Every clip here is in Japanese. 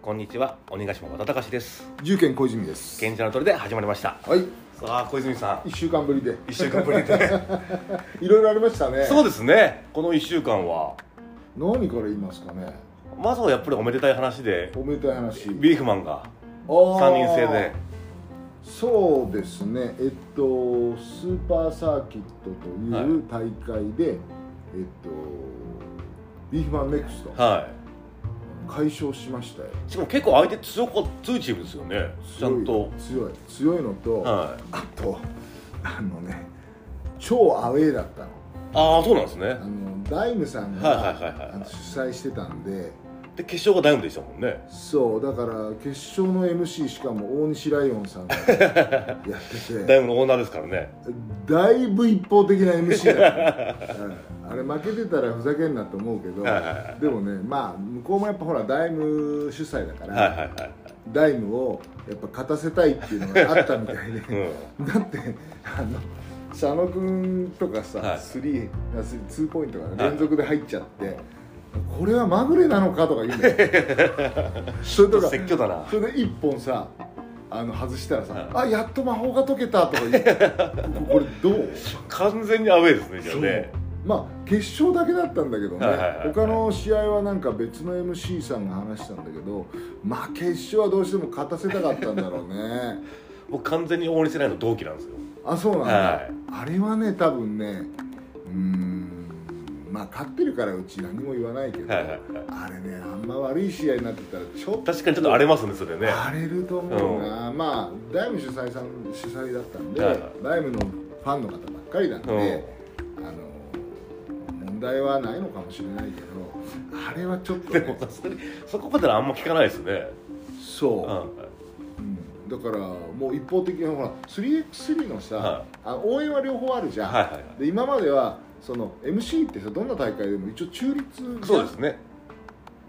こんにちは鬼ヶ島和田隆です重県小泉です賢者の鳥で始まりましたはいさあ小泉さ一週間ぶりでん一週間ぶりで、 いろいろありましたねそうですねこの一週間は何から言いますかねまずはやっぱりおめでたい話でおめでたい話ビーフマンが三三人制でそうですねえっとスーパーサーキットという大会で、えっとビーフマンネクストは解消しましたよいしかも結構相手強こ強いチームですよねちゃんと強い強い強いのと、はいあとあのね超アウェーだったのああそうなんですねあのダイムさんはいはいはいはいはいがあの主催してたんでで決勝がダイムでしたもんねそうだから決勝の MC しかも大西ライオ ンさんがやってダてイムのオーナーですからねだいぶ一方的な MC だった、 うんあれ負けてたらふざけんなと思うけどはいはいはでもねまあ向こうもやっぱほらダイム主催だから、はいはいはいダイムをやっぱ勝たせたいっていうのがあったみたいで うんだってあの佐野君とかはいさ、スリースリーツーポイントがね連続で入っちゃって、これはまぐれなのかとか言うんだよ それとか説教だなそれで一本さあの外したらさ「はあやっと魔法が解けた」とか言って これどう完全にアウェーですねじゃあねまあ決勝だけだったんだけどね、はいはいはいはい他の試合はなんか別の MC さんが話したんだけどまあ決勝はどうしても勝たせたかったんだろうね 僕完全に大西ライオンの同期なんですよあそうなんだ、はいあれはね多分ねうーんまあ勝ってるからうち何も言わないけど、はいはいはいあれねあんま悪い試合になってたらちょっと確かにちょっと荒れますねそれね荒れると思うな、まあダイム主催さん主催だったんで、はいはいダイムのファンの方ばっかりなんで、あの問題はないのかもしれないけどあれはちょっと、でもね、さすがにそこまではあんま聞かないですねそう、うんうんだからもう一方的にほら 3x3 のさ、はいあ応援は両方あるじゃん、はいはいはいで今まではその MC ってさどんな大会でも一応中立そうですね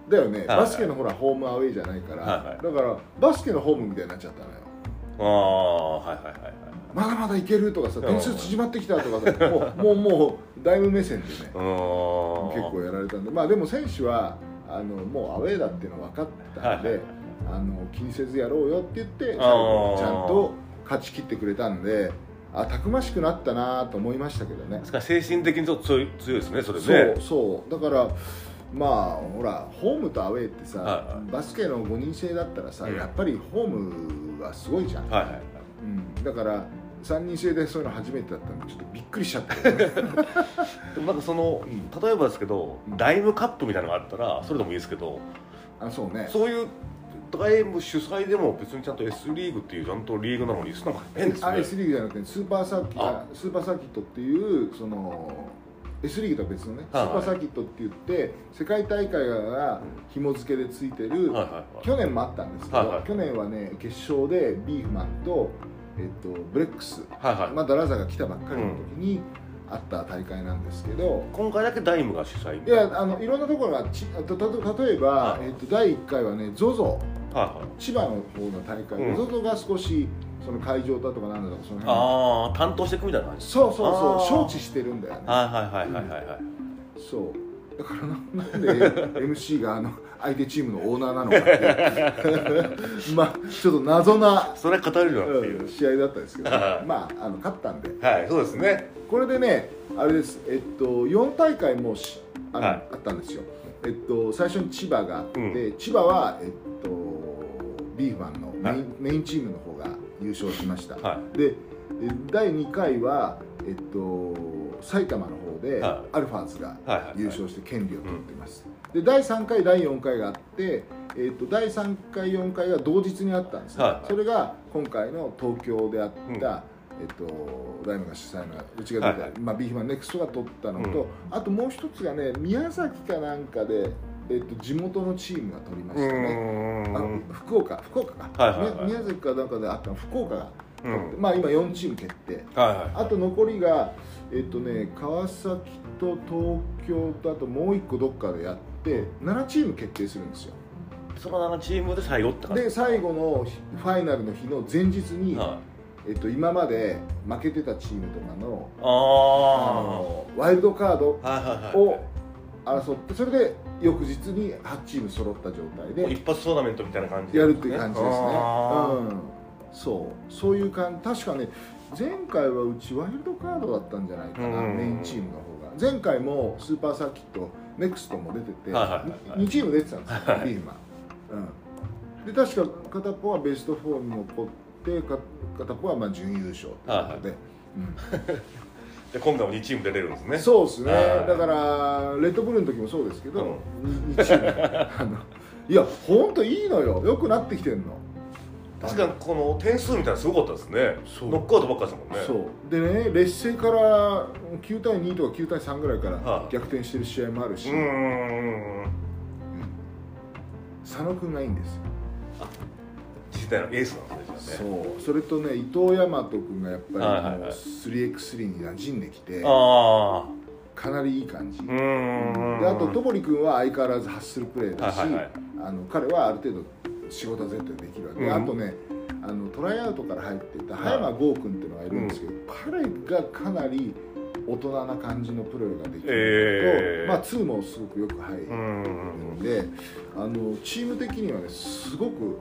だよね、はいバスケのほらホームアウェイじゃないから、はいはいだからバスケのホームみたいになっちゃったのよああはいはいはいはいまだまだいけるとかさうん点数縮まってきたとかさもう もうもうだいぶ目線でねう結ーん構やられたんでまあでも選手はあのもうアウェーだっていうの分かったんで、はいはいあの気にせずやろうよって言って最あ後ーちゃんと勝ち切ってくれたんであたくましくなったなと思いましたけどね確かに精神的にちょっと強い強いですねそれねそうそうだからまあほらホームとアウェーってさ、はいはバスケの5人制だったらさ、うんやっぱりホームはすごいじゃはん、いはいはいうん、だから3人制でそういうの初めてだったんでちょっとびっくりしちゃったけどね でもなんかその例えばですけどうんダイムカップみたいなのがあったらそれでもいいですけどあそうねそういうダイム主催でも別にちゃんと S リーグっていうちゃんとリーグなのになんか変ですあね S リーグじゃなくてスーパーサーキあットスーパーサーキットっていうその S リーグとは別のね、はいはいスーパーサーキットって言って世界大会が紐付けでついてる、はいはいはい去年もあったんですけど、はいはい去年はね決勝でビーフマンと、えっと、ブレックスはいはい、まだラザが来たばっかりの時にあった大会なんですけど、今回だけダイムが主催いやあのいろんなところがちあとたと例えば、はいえっと、第1回はね ZOZO はいはい千葉の方の大会で、うん ZOZO が少しその会場だとかなんだとかその辺ああ担当していくみたいな感じそうそうあーそう招致してるんだよねはいはいはいはいはいはいそうだからななんで MC があの相手チームのオーナーなのかっていう まあちょっと謎な、、、それは語れるなっていううん試合だったんですけど、はいまああの勝ったんではいそうですねこれでねあれですえっと4大会もしあの、はいあったんですよえっと最初に千葉があって、う千葉はえっとビーフマンのメイン,、メインチームの方が優勝しました、はでえ第2回はえっと埼玉の方ではアルファーズがはいはい優はい勝して権利を取ってます、で第3回第4回があって、えっと第3回4回が同日にあったんですね、はいはいそれが今回の東京であった、うんえっと、ダイムが主催のうちが出た、はいはまあ、ビーフマンネクストが取ったのと、うんあともう一つがね宮崎かなんかで、えっと、地元のチームが取りまうしたね、あのーん福岡福岡か、はいはいはいみ宮崎かなんかであったの福岡が、うんまあ、今4チーム決定はいはいあと残りがえっとね川崎と東京とあともう一個どっかでやって7チーム決定するんですよそのあのチームで最後って感じで最後のファイナルの日の前日に、はえっと、今まで負けてたチームとかのああのワイルドカードあはいはいはいを争ってそれで翌日に8チーム揃った状態もうで一発トーナメントみたいな感じやるっていう感じですね、あうん、そうそういう感じ確かね前回はうちワイルドカードだったんじゃないかな、うんメインチームの方が前回もスーパーサーキットネクストも出てて、はいはいはい2チーム出てたんですよ、ビーマン、うん、で確か片っぽはベスト4に残ってか片っぽはまあ準優勝ということで、うんーで今度は2チーム出れるんですねそうですねはいだからレッドブルの時もそうですけど、に一 応あのいや本当いいのよ良くなってきてんの確かにこの点数みたいなのすごかったですねそうノックアウトばっかりですもんねそうでね劣勢から9対2とか9対3ぐらいかはらい逆転してる試合もあるし、うーん佐野君がいいんですよ自体のエースなんですねじゃあねそうそれとね伊藤大和君がやっぱりもうはいはいはい 3x3 に馴染んできてああかなりいい感じ、うーんであと戸堀君は相変わらずハッスルプレーだし、はいはいはいあの彼はある程度仕事は絶対できるわけで、うんあとねあのトライアウトから入っていた葉山剛君っていうのがいるんですけど、彼がかなり大人な感じのプレーができるのと、ええまあ、2もすごくよく入るうーんんで、あのチーム的にはねすごく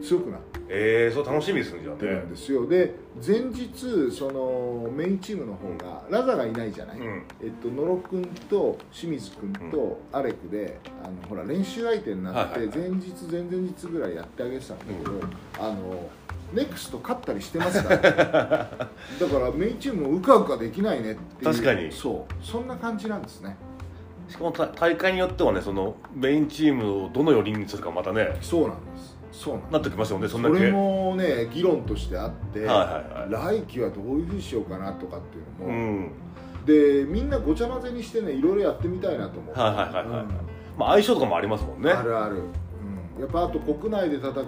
強くなっええそう楽しみですねじゃあてるんねですよ、で前日そのメインチームの方がラザがいないじゃない、うんえっと、野呂君と清水君とアレクで、あのほら練習相手になってはい前はい日前々日ぐらいやってあげてたんだけど、あのネクスト勝ったりしてますから、 だからメインチームもうかうかできないねっていう確かにそうそんな感じなんですねしかもた大会によってはねそのメインチームをどの4人にするかまたねそうなんですそうなんですなってきますよねそそんだけれもね議論としてあって、はいはいは来季はどういうふうにしようかなとかっていうい、うのも、ん、でみんなごちゃ混ぜにしてねいろいろやってみたいなと思う、はいはいはいはい、うんまあ相性とかもありますもんねあるある、うん、やっぱあと国内で戦う戦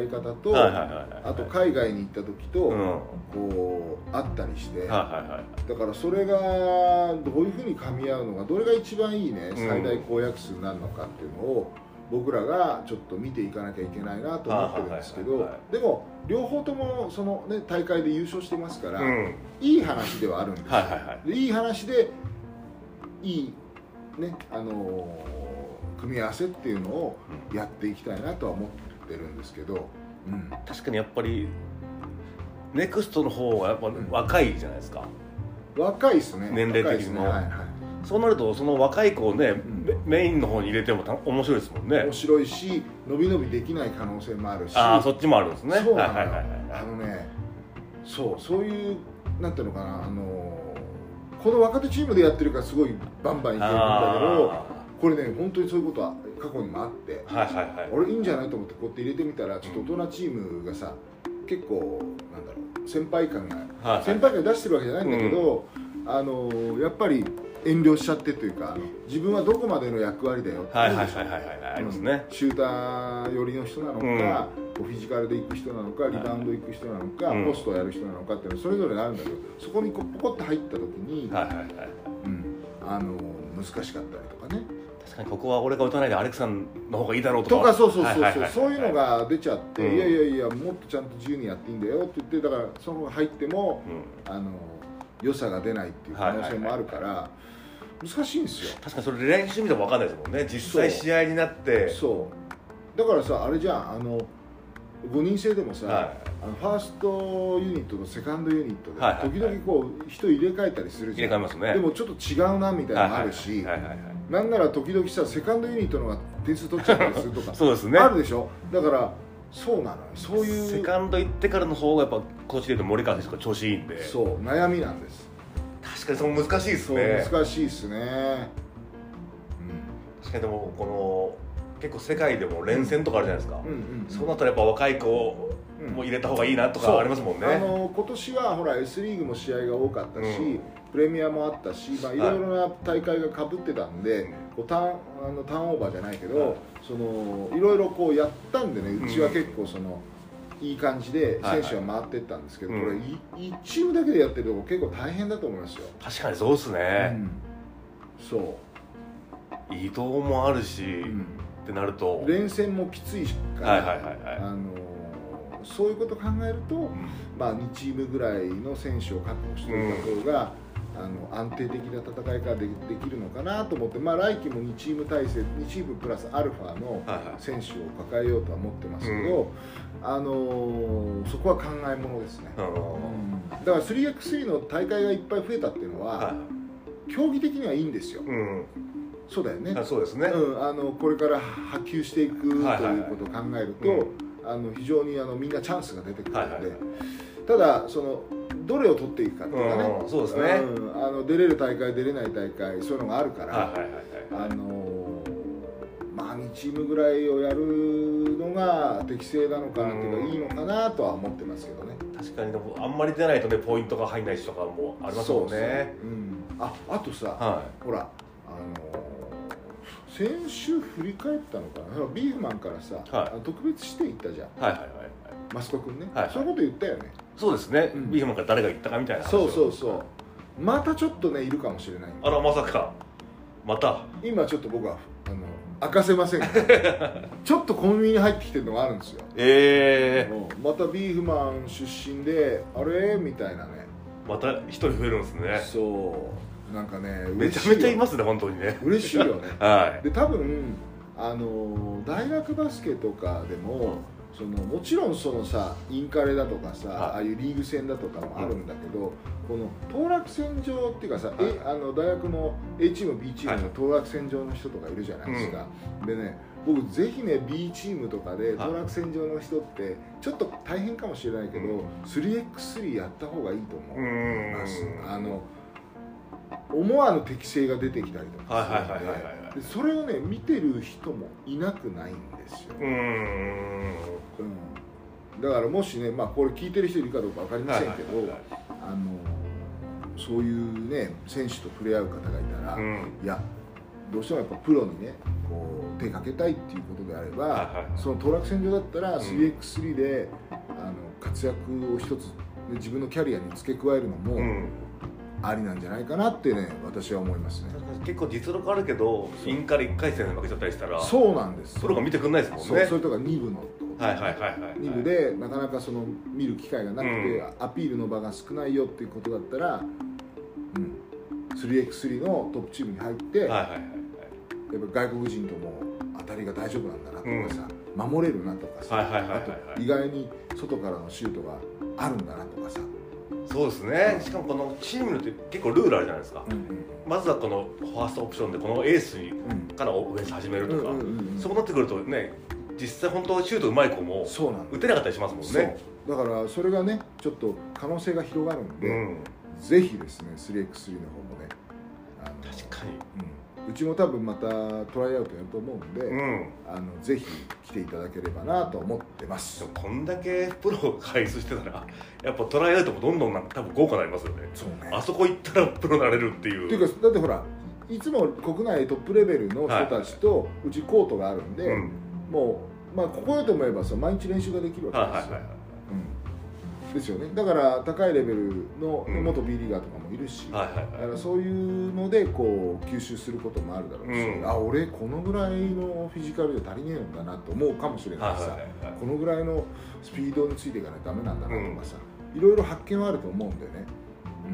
い方と、はいはいはいはいあと海外に行った時と、うんはこうあったりして、いはいはいだからそれがどういうふうに噛み合うのがどれが一番いいねうん最大公約数になるのかっていうのを僕らがちょっと見ていかなきゃいけないなと思ってるんですけはいはいどはいはいでも両方ともその、ね、大会で優勝してますから、うんいい話ではあるんですよ、はいはいはいでいい話でいい、ねあのー組み合わせっていうのをやっていきたいなとは思ってるんですけど、うん、確かにやっぱりネクストの方がやっぱ若いじゃないですか、若いですね年齢的にも若いですね、そうなるとその若い子をね、んメメインの方に入れてもた面白いですもんはいはい、ね面白いし伸び伸びできない可能性もあるしああそっちもあるんですねそうはないのはいよはいあはのねそうそういうなんていうのかな、あのーこの若手チームでやってるからすごいバンバンいいけるんだけどこれね本当にそういうことは過去にもあって。あーはいはいはい俺いいんじゃないと思ってこうやって入れてみたらちょっと大人チームがさ結構なんだろう先輩感がはいはい先輩感出してるわけじゃないんだけど、あのーやっぱり遠慮しちゃってというか自分はどこまでの役割だよってはい言うはいでしょはいはいはいはいありますねうんシューター寄りの人なのか、こうフィジカルで行く人なのかリバウンド行く人なのか、うんポストをやる人なのかっていうのはそれぞれあるんだけどそこにこうポコッと入った時に、はいはいはいうんあのー難しかったりとかね確かにここは俺が打たないでアレクさんの方がいいだろうととかかそうそうそうそう、ははははそういうのが出ちゃって、うんいやいやいやもっとちゃんと自由にやっていいんだよって言ってだからその方が入ってもうんあの良さが出ないっていう可能性もあるから、難しいんですよ確かにそれ練習見ても分かんないですもんね実際そう試合になってそうだからさあれじゃんあの5人制でもさ、はあのファーストユニットとセカンドユニットではいはいはい時々こう人入れ替えたりするいじ入ゃん、れ替えますねでもちょっと違うなみたいなのもあるし、はいはいはいはいはいなんなら時々さセカンドユニットの方が点数取っちゃったりするとかそうですねあるでしょだからそうなのよそういうセカンド行ってからの方がやっぱ今年で言うと森川選手が調子いいんでそう悩みなんです確かにその難しいですそうね難しいですね確かにでもこの結構世界でも連戦とかあるじゃないですかうん、うんうんそうなったらやっぱ若い子をうんもう入れた方がいいなとそかうありますもんね、あの今年はほら S リーグも試合が多かったし、うんプレミアもあったし、まあ、はいいろいろな大会がかぶってたんで、うんこうターンあのターンオーバーじゃないけど、はいそのいろいろこうやったんでねうちは結構その、いい感じではいは選い手は回ってったんですけど、うんこれい1チームだけでやってるとこ結構大変だと思いますよ、確かにそうですうね、んそ移動もあるし、う、うんってなると連戦もきついから、はいはいはいはいあのそういうことを考えると、まあ、2チームぐらいの選手を確保しておいた方が、あの安定的な戦いがでできるのかなと思って、まあ、来季も2チーム体制2チームプラスアルファのはいはい選手を抱えようとは思ってますけど、あのーそこは考えものですね。あのだから 3x3 の大会がいっぱい増えたっていうのは、は競技的にはいいんですよい、うんそうだよねあそうですね、うん、あのこれから波及していくとはいはいはいいうことを考えると、うんあの非常にあのみんなチャンスが出てくるので、はいはいはいただそのどれを取っていくかっていうかね、うんそうですねうんあの出れる大会出れない大会そういうのがあるから、はいはいはいはいあのまあ2チームぐらいをやるのが適正なのかなっていうか、うんいいのかなとは思ってますけどね。確かにでもあんまり出ないとねポイントが入んないしとかもありますもんそうねそううん、ああとさ、はほらあのー先週振り返ったのかなほらビーフマンからさ、はいあの特別指定行ったじゃんいはいはいはいはいマスコ君ね、はいはいそういうこと言ったよねそうですね、うんビーフマンから誰が言ったかみたいな話そをうそうそうまたちょっとねいるかもしれないあらまさかまた今ちょっと僕はあの明かせま せんがちょっとコンビニに入ってきてるのがあるんですよええうんまたビーフマン出身であれみたいなねまた一人増えるんですねそうなんかねめちゃめちゃいますすね本当にね嬉しいよねはいで多分あの大学バスケとかでも、そのもちろんそのさインカレだとかさ、はいああいうリーグ戦だとかもあるんだけど、この当落線上っていうかさ、いえあの大学の A チーム B チームの当落線上の人とかいるじゃないですか、でね僕ぜひね B チームとかはでい当落線上の人ってちょっと大変かもしれないけど、う 3x3 やった方がいいと思ううーんますあの思わぬ適性が出てきたりとかするのではいはいはいはいはいでそれをね見てる人もいなくないんですよう、ーんうんだからもしね、まあ、これ聞いてる人いるかどうか分かりませんけど、はいはいはいはいあのそういうね選手と触れ合う方がいたら、ういんやどうしてもやっぱプロにねこう手かけたいっていうことであれば、はいはいはいその当落線上だったらん 3x3 で、あの活躍を一つ、ね、自分のキャリアに付け加えるのも、うんありなんじゃないかなってね私は思いますね確かに結構実力あるけどインカレ1回戦で負けちゃったりしたらそうなんですプロが見てくんないですもんねそうそれとか2部のってことはいはいはいはい2部でなかなかその見る機会がなくて、うアピールの場が少ないよっていうことだったら、うん、3x3 のトップチームに入って、はいはいはいはいやっぱ外国人とも当たりが大丈夫なんだなとかさ、守れるなとかさ、はいはいはいはいあと意外に外からのシュートがあるんだなとかさ、そうですねしかもこのチームによって結構ルールあるじゃないですかうんまずはこのファーストオプションでこのエースうんからオフェンス始めるとかうんうんうんうんそうなってくるとね実際本当シュートうまい子もそうなん打でてなかったりしますもんす、ねそうだからそれがねちょっと可能性が広がるんで、うんぜひですね 3x3 の方もねあの確かにうん、うちも多分またトライアウトやると思うんで、うんあのぜひ来ていただければなと思ってますでもこんだけプロを輩出してたらやっぱトライアウトもどんどんなんか多分豪華になりますよねそうねあそこ行ったらプロになれるっていうっていうかだってほらいつも国内トップレベルの人たちとうちコートがあるんで、うんもう、まあ、ここよと思えばさ毎日練習ができるはいわけはでいすよ、はいうんですよねだから高いレベルのうん元 B リーガーとかもいるし、はいはいだはいからそういうのでこう吸収することもあるだろうし、うんあ俺このぐらいのフィジカルじゃ足りねえんだなと思うかもしれないしはさ、いはいはいこのぐらいのスピードについていかないとダメなんだなとかさ、いろいろ発見はあると思うんでね、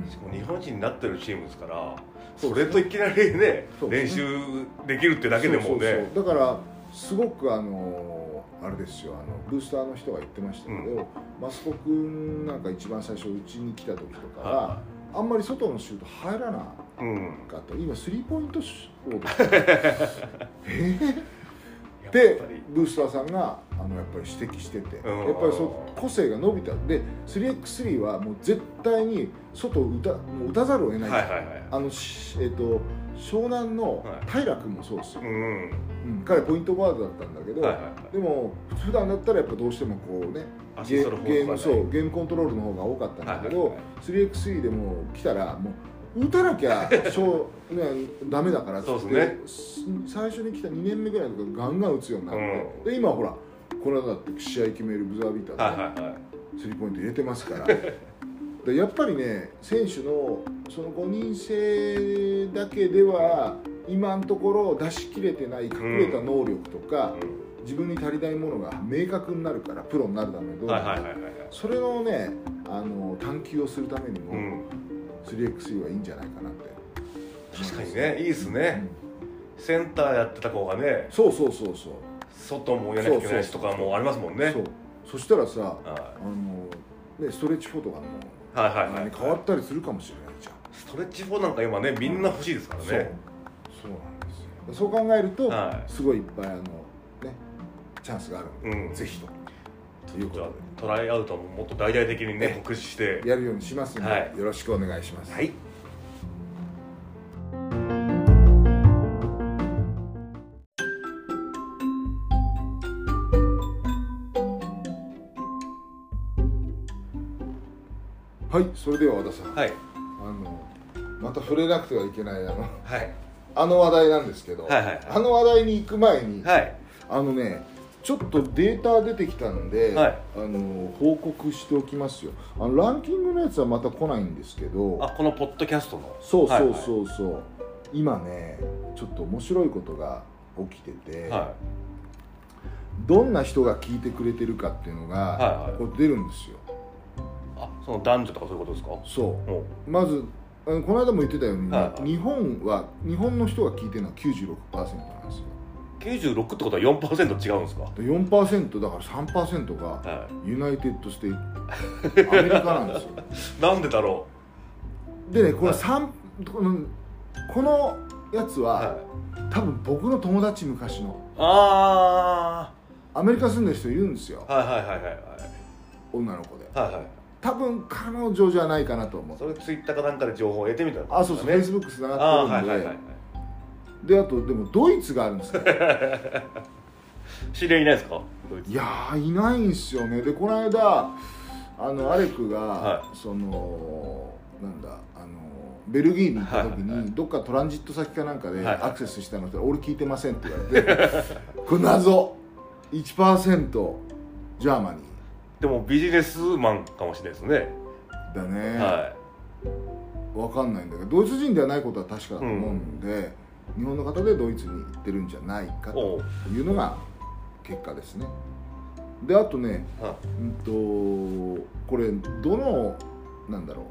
しかも日本人になってるチームですからそうそでれすねといきなりねそうで練すね習できるってだけでもそうそうねそうだからすごくあのあれですよあのブースターの人が言ってましたけど、うマスコ君なんか一番最初うちに来た時とかは、はあんまり外のシュート入らなうんかった今スリーポイントシュートやっぱでりブースターさんがあのやっぱり指摘してて、うんやっぱりそう個性が伸びたで 3x3 はもう絶対に外を打たもう打たざるを得ない、はいはいはいあのしえっ、と湘南のは平君もそうですよ、うんうん彼ポイントフォワードだったんだけど、はいはいはいでも普段だったらやっぱどうしてもこうねアシゲストの方ゲームがそうゲームコントロールの方が多かったんだけど、はいはい 3x3 でもう来たらもう打たな きゃしょう、ね、ダメだからっつってそうで最初に来た2年目ぐらいとかガンガン打つようになって、うんで今ほらこの間だって試合決めるブザービーターで、はいはいはいスリーポイント入れてますから でやっぱりね選手のその5人制だけでは今のところ出し切れてない隠れた能力とか、うん自分に足りないものが明確になるからプロになるためどうはいはないるはいはいはいそれのねあの探求をするためにも、うん 3x3 はいいんじゃないかなって確かにねいいっすねセンターやってた子がねそうそうそうそう、外もやらなきゃいけないしとかもありますもんねそうそしたらさはあの、ね、ストレッチフォーとかも、いはいはいはい変わったりするかもしれないじゃんストレッチ4なんか今ねみんな欲しいですからそうねそうなんですよそう考えると、はすごいいっぱいあのねチャンスがあるのいうんぜひというこじゃあトとライアウトももっと大々的にねね告知してでやるようにしますので、はいよろしくお願いします、はいはいそれでは和田さん、はいあのまた触れなくてはいけないあの はいあの話題なんですけど、はいはいはいあの話題に行く前に、はいあのねちょっとデータ出てきたんで、はいあの報告しておきますよあのランキングのやつはまた来ないんですけどあこのポッドキャストのそうはいそはういそうそう、今ねちょっと面白いことが起きてて、はどんな人が聞いてくれてるかっていうのが、はいはいこれ出るんですよいあその男女とかそういうことですかそもううまずあのこの間も言ってたように、はいはい日本は日本の人が聞いてるのは96%なんですよ96ってことは4%違うんですかで4%だから3%がはユナイテッドステイトアメリカなん ですよいなんでだろでねこれはい三このこのやつうは、はい多分僕の友達昔のあアメリカ住んでる人いるんですよあはいはいはいはい女の子ではいはい多分彼女じゃないかなと思うそれツイッターかなんかで情報を得てみたいなあそうそうフェイスブックつなあがあはってるんいで、はいはいであとでもドイツがある んですよ知り合いいないですかドイツいやーいないんすよねでこの間あのアレクが、はそのなんだあのベルギーに行った時に、はいどっかトランジット先かなんかではいアクセスしたのって、俺聞いてませんって言われて これ謎1%ジャーマニーでもビジネスマンかもしれないですね、だね、はわかんないんだけどドイツ人ではないことは確かだと思うんで、日本の方でドイツに行ってるんじゃないかいとおういうのが結果ですねであとねはうんとこれどのなんだろう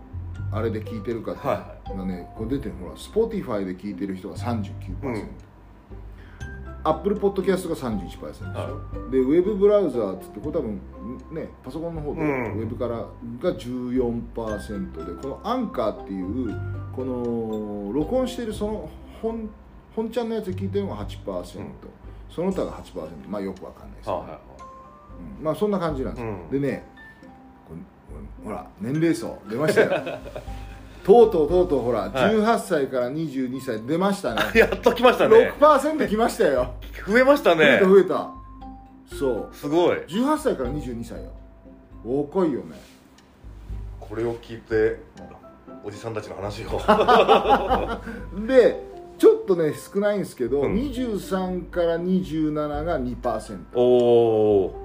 あれで聞いてるかっていうのがね、これ出てるほら Spotify で聞いてる人が39%、うんアップルポッドキャストが31%でしょ、はでウェブブラウザーっつってこれ多分ねパソコンの方でウうんェブからが14%でこのアンカーっていうこの録音してるその本本ちゃんのやつ聞いてるのが8%、うんその他が8%まあよくわかんないでいすね、はうんまあそんな感じなんいですはい、うよ、ん、でねこれほら年齢層出ましたよ とうとうとうとうほら、はい18歳から22歳出ま したねやっと来ましたね6%きましたよ、増えました増えね た増えたそうすごい18歳から22歳よ若いよねこれを聞いておじさんたちの話をでちょっとね少ないんですけど、うん23から27が2%お お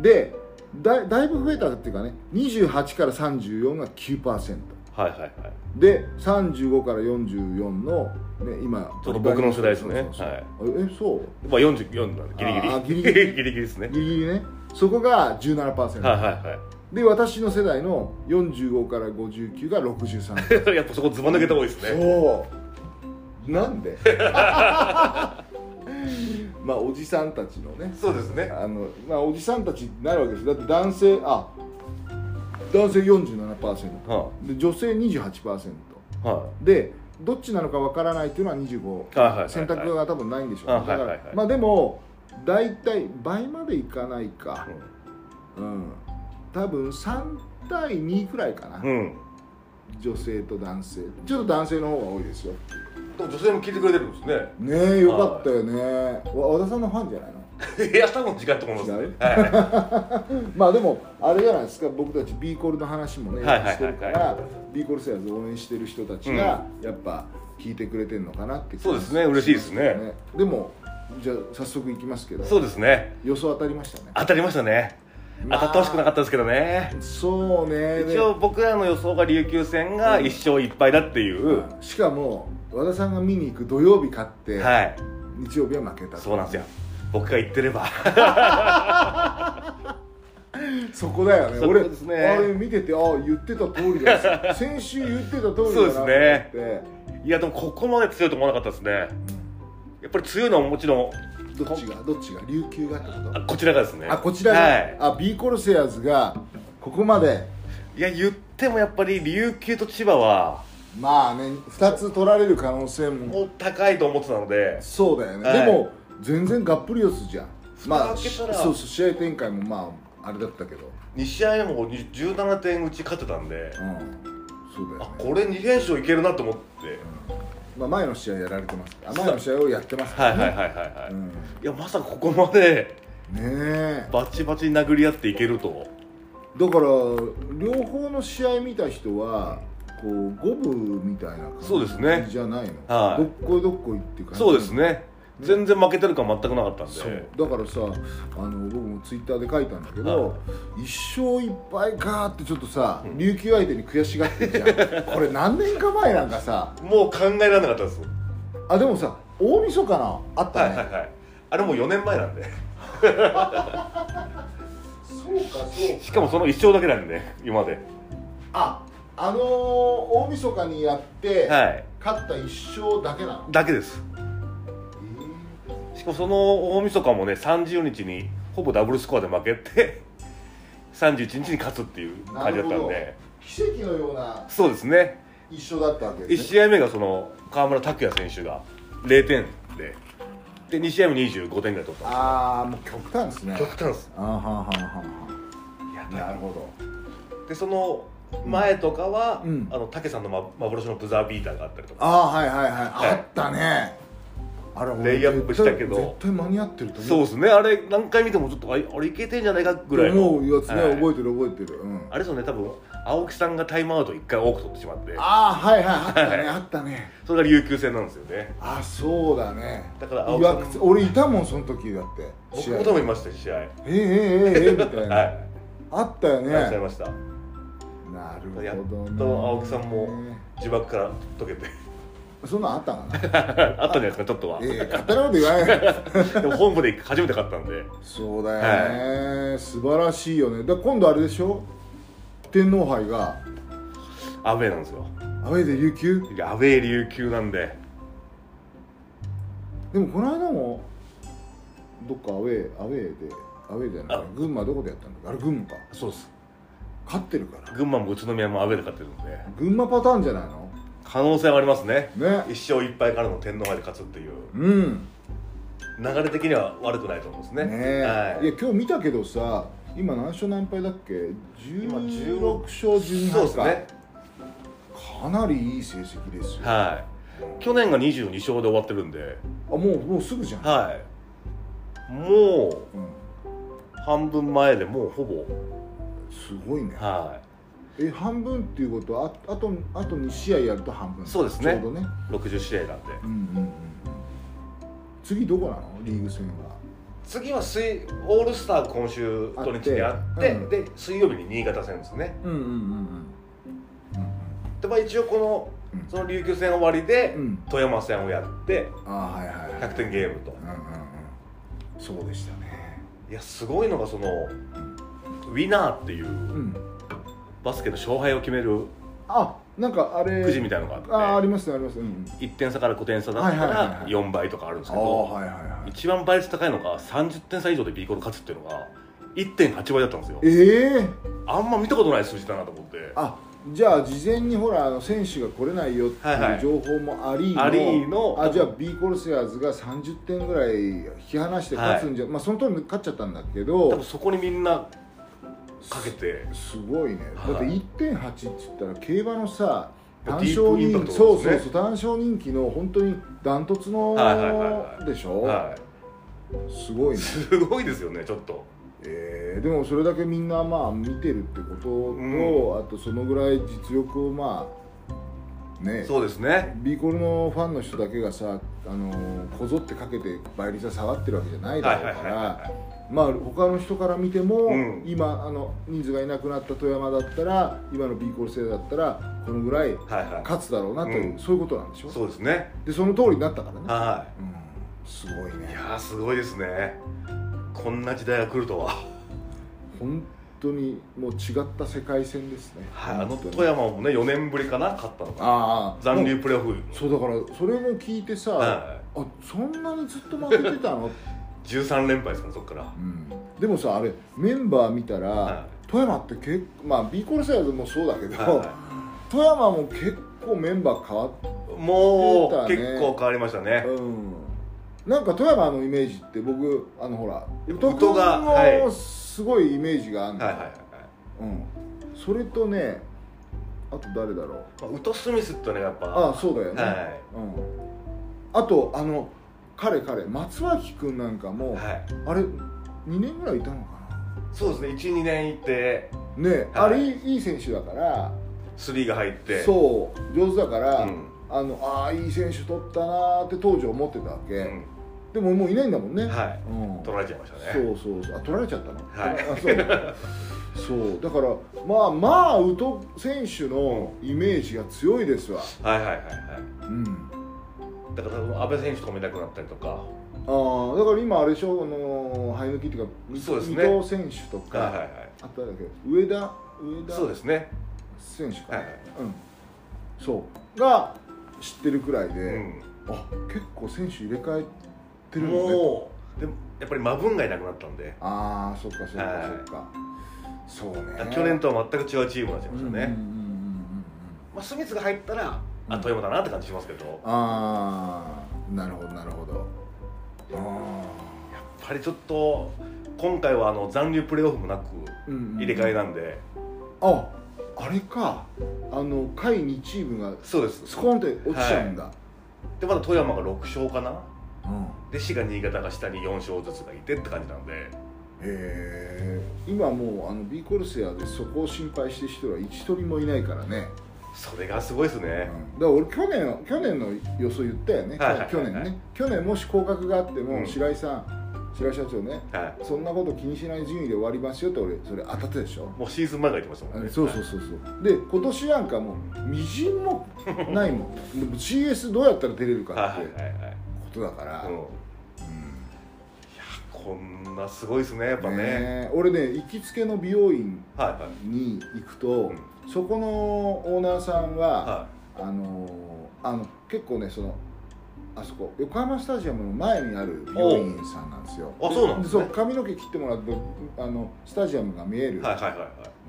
でだだいぶ増えたっていうかね28から34が9%はいはいはいで35から44の、ね、今ちょっと僕の世代ですねそうそうそうはいえそうまあ44なんでギリギあーギリリギ リギリギリですねギリギリねそこが17%、はいはで私の世代の45から59が63%いはい やっぱそこずば抜けた方がいいですねそうなん でまあおじさんたちのねそうですねあの、まあ、おじさんたちになるわけですだって男性あ男性47%はで女性28%いはでどっちなのかわからないっていうのは25、はいはいはいはい選択が多分ないんでしょう、あはいはいはいだからまあでも大体倍までいかないかい、うん、多分3対2くらいかな、うん、うん女性と男性ちょっと男性の方が多いですよでも女性も聞いてくれてるんですねねえよかったよね、わ和田さんのファンじゃないの いや多分違うと思います違ねうはいはいまあでもあれじゃないですか僕たち B コールの話もねはいはいはいはいしてるから、B コールセアーズ応援してる人たちがやっぱ聞いてくれてるのかなって気がそうですね嬉しいですねでもじゃあ早速いきますけどそうですね予想当たりましたね当たりましたね当たってほしくなかったですけどねたそうねで一応僕らの予想が琉球戦が1勝1敗だっていうはしかも和田さんが見に行く土曜日勝って、い日曜日は負けたそうなんですよ僕が言ってれば そこだよねそこ俺ですねあれ見ててああ言ってた通 りだ先週言ってた通りだなと思そうっでてすいやでもここまで強いと思わなかったですねやっぱり強いのはもちろんどっちがどっちが琉球がってこあこちらがですねとあこちらが、はいあ B コルセアーズがここまでいや言ってもやっぱり琉球と千葉はまあね2つ取られる可能性ももう高いと思ってたのでそうだよね、はいでも全然がっぷり四つじゃんま蓋あ開けそたうらそう試合展開もまああれだったけど2試合目も17点うち勝てたんでうんそうだあよねこれ2連勝いけるなと思ってまあ、前の試合やられてますあ前の試合をやってますかはいらはね、いはいはいはい、うん、ねいやまさかここまでえバチバチに殴り合っていけるとだから両方の試合見た人はこう五分みたいなそうですね感じじゃないの、はいどっこいどっこいっていう感じそうですね全然負けてる感全くなかったんでそうだからさあの僕もツイッターで書いたんだけど、一生いっぱいかーってちょっとさ、琉球相手に悔しがってるじゃ んこれ何年か前なんかさもう考えられなかったですあでもさ大晦日かなあったはね、いはいはいあれもう4年前なんでそうかそうしかもその一勝だけなんで今までああのー、大晦日にやって、はい勝った一勝だけなの、だけですしかもその大晦日もね30日にほぼダブルスコアで負けて31日に勝つっていう感じだったんなるで奇跡のようなそうですね一勝だったわけで1すね試合目がその河村拓哉選手が0点でで2試合目25点ぐらい取ったああもう極端ですね端ですあーはんはんはやんはんなるほでその前とかは、うんあの武さんの、ま、幻のブザービーターがあったりとどかああーはいはいはい、いあったねあれ俺レイアップしたけど絶対絶対間に合ってるとそう思うですねあれ何回見てもちょっとあれあれいけてんじゃないかぐらいの思うやつね、はい覚えてる覚えてるうんあれですよね多分青木さんがタイムアウト1回多く取ってしまってああはいはいあったはいねあったねそれが琉球戦なんですよねあそうだねだからい青木さんや俺いたもんその時だって僕えも多分いましたよ試合えええええみたいな、 はあったよいねいらっしゃいましたなるほどねやっと青木さんも自爆から解 けてそんなんあったかな あったんじゃないですかちょっとは、ええ勝手なこと言わないでも本部で初めて勝ったんでそうだよね、素晴らしいよねだ今度あれでしょ天皇杯がアウェーなんですよアウェーで琉球いやアウェー琉球なんででもこの間もどっかアウェーアウェーでアウェーじゃないあ群馬どこでやったんだっけあれ群馬かそうです勝ってるから群馬も宇都宮もアウェーで勝ってるんで群馬パターンじゃないの可能性はありますねね一勝一敗からの天皇杯で勝つっていううん流れ的には悪くないと思うんですねねえ、はいい、や今日見たけどさ今何勝何敗だっけ今16勝12敗かそうですねかなりいい成績ですよ、あはい去年が22勝で終わってるんでもうもうすぐじゃん、はいもうん、う半分前でもうほぼすごいねはえ半分っていうことはああとあと2試合やると半分そうですねちょうどねい60試合なんでうんうんうんうん次どこなのリーグ戦は次は水オールスター今週土日にあってあってうんで水曜日に新潟戦ですねうんうんうんでまあ一応この、うんその琉球戦終わりで、うん富山戦をやってああはいはいはい100点ゲームとうんうんうんそうでしたねいやすごいのがそのウィナーっていううんバスケの勝敗を決めるあなんかあれくじみたいのがあって、ああありますねありますね、うんうん、 1点差から5点差だったはいはいはいらはい4倍とかあるんですあけど、あはいはいはい一番倍率高いのが30点差以上で B コール勝つっていうのが1.8倍だったんですよええあんま見たことない数字だなと思ってあじゃあ事前にほらあの選手が来れないよってはいはいいう情報もありの,、ありのあじゃあ B コルセアーズが30点ぐらい引き離して勝つんじゃ、まあその通りに勝っちゃったんだけど多分そこにみんなかけてすごいね、はいだって1.8って言ったら競馬のさデ単ィー勝プインパ人ク気トそうですそうねそう単勝人気の本当にダントツの、はいはいはいはいでしょ、はいすごいねすごいですよねちょっとえーでもそれだけみんなまあ見てるってことと、うあとそのぐらい実力をまあねそうですねビーコルのファンの人だけがさ、あのーこぞってかけて倍率が下がってるわけじゃないだろうかはいはいはいらまあ他の人から見ても、うん今あの人数がいなくなった富山だったら今のビーコル制だったらこのぐらいはいはい勝つだろうなという、うんそういうことなんでしょそうですねでその通りになったからね、はうんすごいいねやーすごいですねこんな時代が来るとは、本当にもう違った世界線ですねはい、あの本当に富山もね4年ぶりかな勝ったのかああ残留プレーオフ、そうだからそれも聞いてさ、はあそんなにずっと負けてたの、い、13連敗ですからそっからうんでもさあれメンバー見たら、は富山って結構まあ B コールサイズもそうだけど、は富山も結構メンバー変わっい、もう出たね結構変わりましたね、うんなんか富山のイメージって僕あのほら宇宇都都が君はのすごいイメージがあるんだはいよ、はいはいはいうん、それとねあと誰だろうまあウト・スミスってねやっぱああそうだよね、はうん、あとあの彼彼松脇君なんかも、い、はい、あれ2年ぐらいいたのかそうですね12年いてなねえ、はいあれいいいい選手だからスリーが入ってう、そう上手だから、んあのああいい選手取ったなーって当時思ってたわけ、うんでももういないんだもんね、はいうん、取られちゃいましたねそうそうそうあ取られちゃったの、はいあ そうそうだからまあまあ宇都選手のイメージが強いですわはいはいはいはいうんだから阿部選手とか見なくなったりとかはあーだから今あれでしょあのー生え抜きっていうかそうですね伊藤選手といか、はいはいあと誰だっけ上田上田そうですね選手かな、はいはいうんそうが知ってるくらいで、うんあ結構選手入れ替えてるんですねもうでもやっぱりマブンがいなくなったんでああそっかそっかはいそっか、そうだからね去年とは全く違うチームになっちゃいうんましたうんうんうんうね、んまあ、スミスが入ったらあ富山だなって感じしますけど、やっああなるほどなるほどあぱりちょっと今回はあの残留プレーオフもなくーうんうん入れ替えなんで、ああれかあの下位2チームがそうですスコーンって落ちちゃうんだ、でまだ富山が6勝かなうんで滋賀新潟が下に4勝ずつがいてって感じなんでへえ今もうあの B コルセアでそこを心配してる人は一人もいないからね、それがすごいですうね、ん、だから俺去年去年の予想言ったよね、はいはいはいはい去年ね去年もし降格があっても、うん白井さん白井社長ねはそんなこと気にしない順位で終わりますよって俺それ当たったでしょい、もうシーズン前が言ってましたもんねそうそうそうそうで今年なんかもうみじんもないもんでも CS どうやったら出れはいるかはっいてはいはいことだから、うんいうんやこんなすごいですねやっぱねねえ俺ね行きつけの美容院はいはいに行くと、うんそこのオーナーさんは、はあのーあの結構ねそのあそこ横浜スタジアムの前にある美容院さんなんですよおうあそうなんですねそう髪の毛切ってもらうとあのスタジアムが見えいるはいのはいは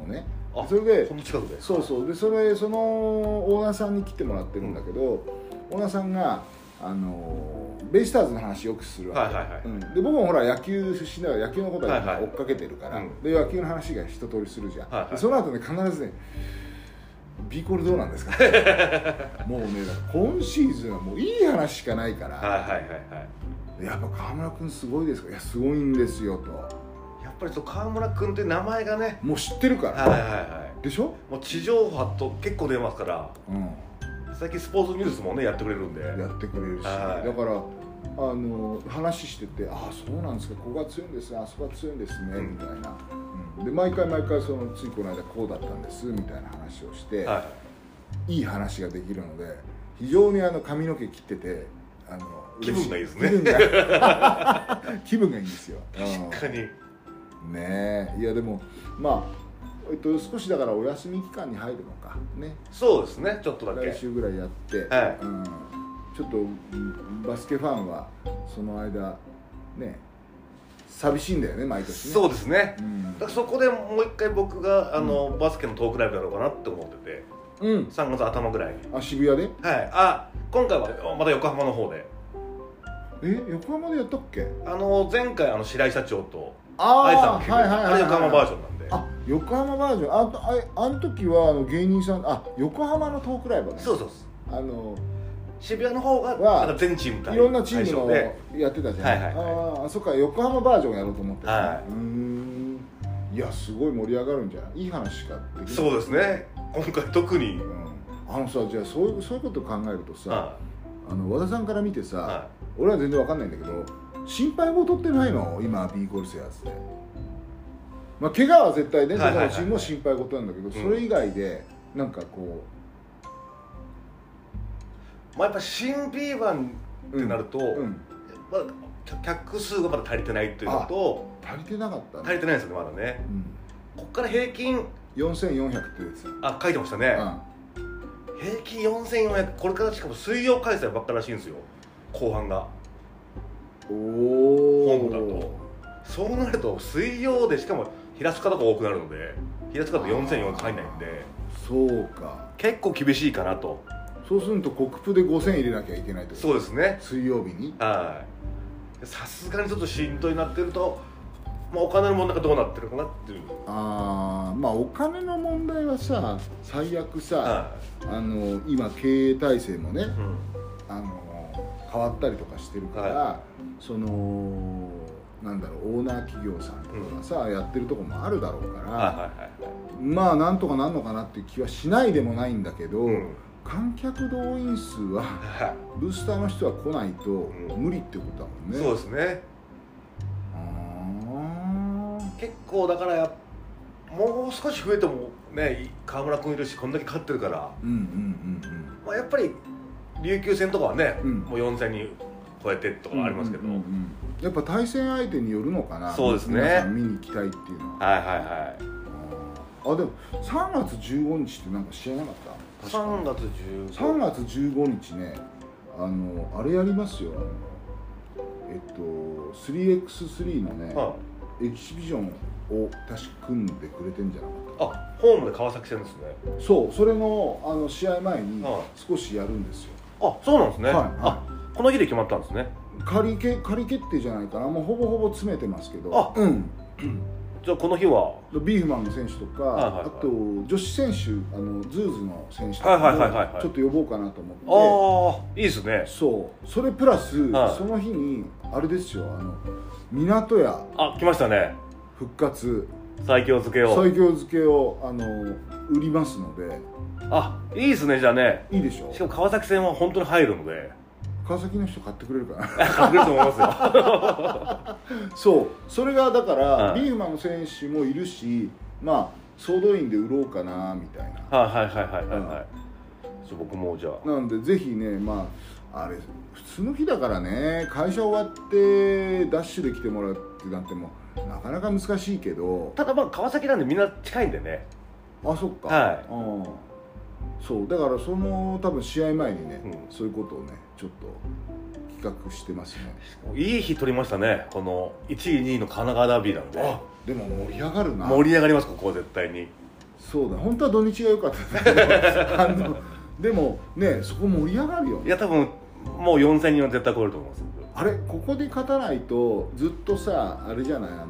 ね、いはいそれでこの近くでそうそうでそれそのオーナーさんに来てもらってるんだけど、オーナーさんがあのーベイスターズの話よくするわけ、はいはいはいうん、で僕もほら野球出身だから野球のことははいはい追っかけてるから、うんで野球の話が一通りするじゃん、はいはいでその後ね必ずね B コールどうな んですかもうね今シーズンはもういい話しかないから、はいはいはいはいやっぱ川村君すごいですかいやすごいんですよとやっぱりそう川村君って名前がねもう知ってるかはいら、はいはでしょ、いもう地上波と結構出ますからうん最近スポーツニュースもねやってくれるんでやってくれるし、はいだからあの話してて「ああそうなんですかここが強いんですねあそこが強いんですね」うんみたいな、うんで毎回毎回そのついこの間こうだったんですみたいな話をして、はいい、い話ができるので非常にあの髪の毛切っててあの気分がいいですね嬉し気分が気分がいいんですよ。う ん確かにねえいやでもまあ、えっと、少しだからお休み期間に入るのかねそうですねちょっとだけ来週ぐらいやって、はいうん、ちょっとうんバスケファンはその間ね寂しいんだよね毎年ねそうですねうんだからそこでもう一回僕があの、バスケのトークライブやろうかなって思っててうん3月頭ぐらいにあ渋谷ではいあ今回はまた横浜の方でえ横浜でやったっけあの前回あの白井社長とあ愛さんがー来てくはれいはいたあはれい横浜バージョンョンなんであ横浜バージョンあとあれあの時はあの芸人さんあ横浜のトークライブねそうそうそうあの渋谷の方がはなんか全チーム対いろんなチーム対象のでやってたじゃん、はいはいはいあーあそっか横浜バージョンやろうと思ってた、はいうーんいやすごい盛り上がるんじゃないいい話しかできないそうですね今回特にうんあのさじゃあそういうそういうこと考えるとさ、はあの和田さんから見てさ、いは俺は全然わかんないんだけど心配事ってないの今 B コルセアーズで、まあ、怪我は絶対ねどはいはいこはいはのいチームも心配事なんだけど、んそれ以外でなんかこいまあやっぱ新 B1 ってなると、う、うん、まだ客数がまだ足りてないというのと足りてなかった足りてないですよねまだねうん、こっから平均4400っていうやつ、うん、あ書いてましたね、平均4400これからしかも水曜開催ばっかりらしいんですよ後半がお本部だとそうなると水曜でしかも平塚とか多くなるので平塚だと4400入んないんでそうか結構厳しいかなとそうするとコクプで5000入れなきゃいけないってことそうですね水曜日にはいさすがにちょっとしんどいなってると、まあ、お金の問題がどうなってるかなっていうああまあお金の問題はさ最悪さ、はあの今経営体制もねい、うんあの変わったりとかしてるから、そのなんだろうオーナー企業さんとかがさ、やってるとこもあるだろうから、はいはいはいまあなんとかなんのかなっていう気はしないでもないんだけど、うん観客動員数ははブースターの人は来ないとん無理ってことだもんいね、そうですねあー結構だからやもう少し増えてもね川村君いるしこんだけ勝ってるから、うんうんうんうんまあ、やっぱり琉球戦とかはね、うんもう4000人超えてとかありますけど、うんうんうんやっぱ対戦相手によるのかなそうですね皆さん見に行きたいっていうのははいはいはいあーあでも3月15日ってなんか知らなかった3月3 15月15日ねあのあれやりますよあのえっと 3x3 のね、はエキシビジョンを確か組んでくれてんじゃなかっいあホームで川崎戦ですねたそうそれのあの試合前にはい少しやるんですよ、あそうなんですね、はいはいあこの日で決まったんですね仮け仮決定じゃないかなもうほぼほぼ詰めてますけどあうんじゃあこの日はビーフマンの選手とか、いはいはいあと女子選手あのズーズの選手とはいはいはいはいかはもいちょっと呼ぼうかなと思っあて、あいいですねそうそれプラス、はいその日にあれですよあの港屋あ来ましたね復活最強漬けを最強漬けをあの売りますのであいいですねじゃあねいいでしょしかも川崎戦は本当に入るので川崎の人買ってくれるかな隠れると思いま すよそうそれがだから、はいビーフマンの選手もいるしまあ総動員で売ろうかなみたいなはいはいはいはいはいはい、じゃあ僕もじゃあなんでぜひねまああれ普通の日だからね会社終わってダッシュで来てもらうってなんてもうなかなか難しいけどただまあ川崎なんでみんな近いんでねあそっかはいうんそうだからその多分試合前にね、うんそういうことをねちょっと企画してますねいい日取りましたねこの1位2位の神奈川ダービーなんであでも盛り上がるな盛り上がりますここは絶対にそうだ本当は土日が良かった んだけどあのでもねそこ盛り上がるよいや多分もう4000人は絶対超えると思いますあれここで勝たないとずっとさあれじゃないあの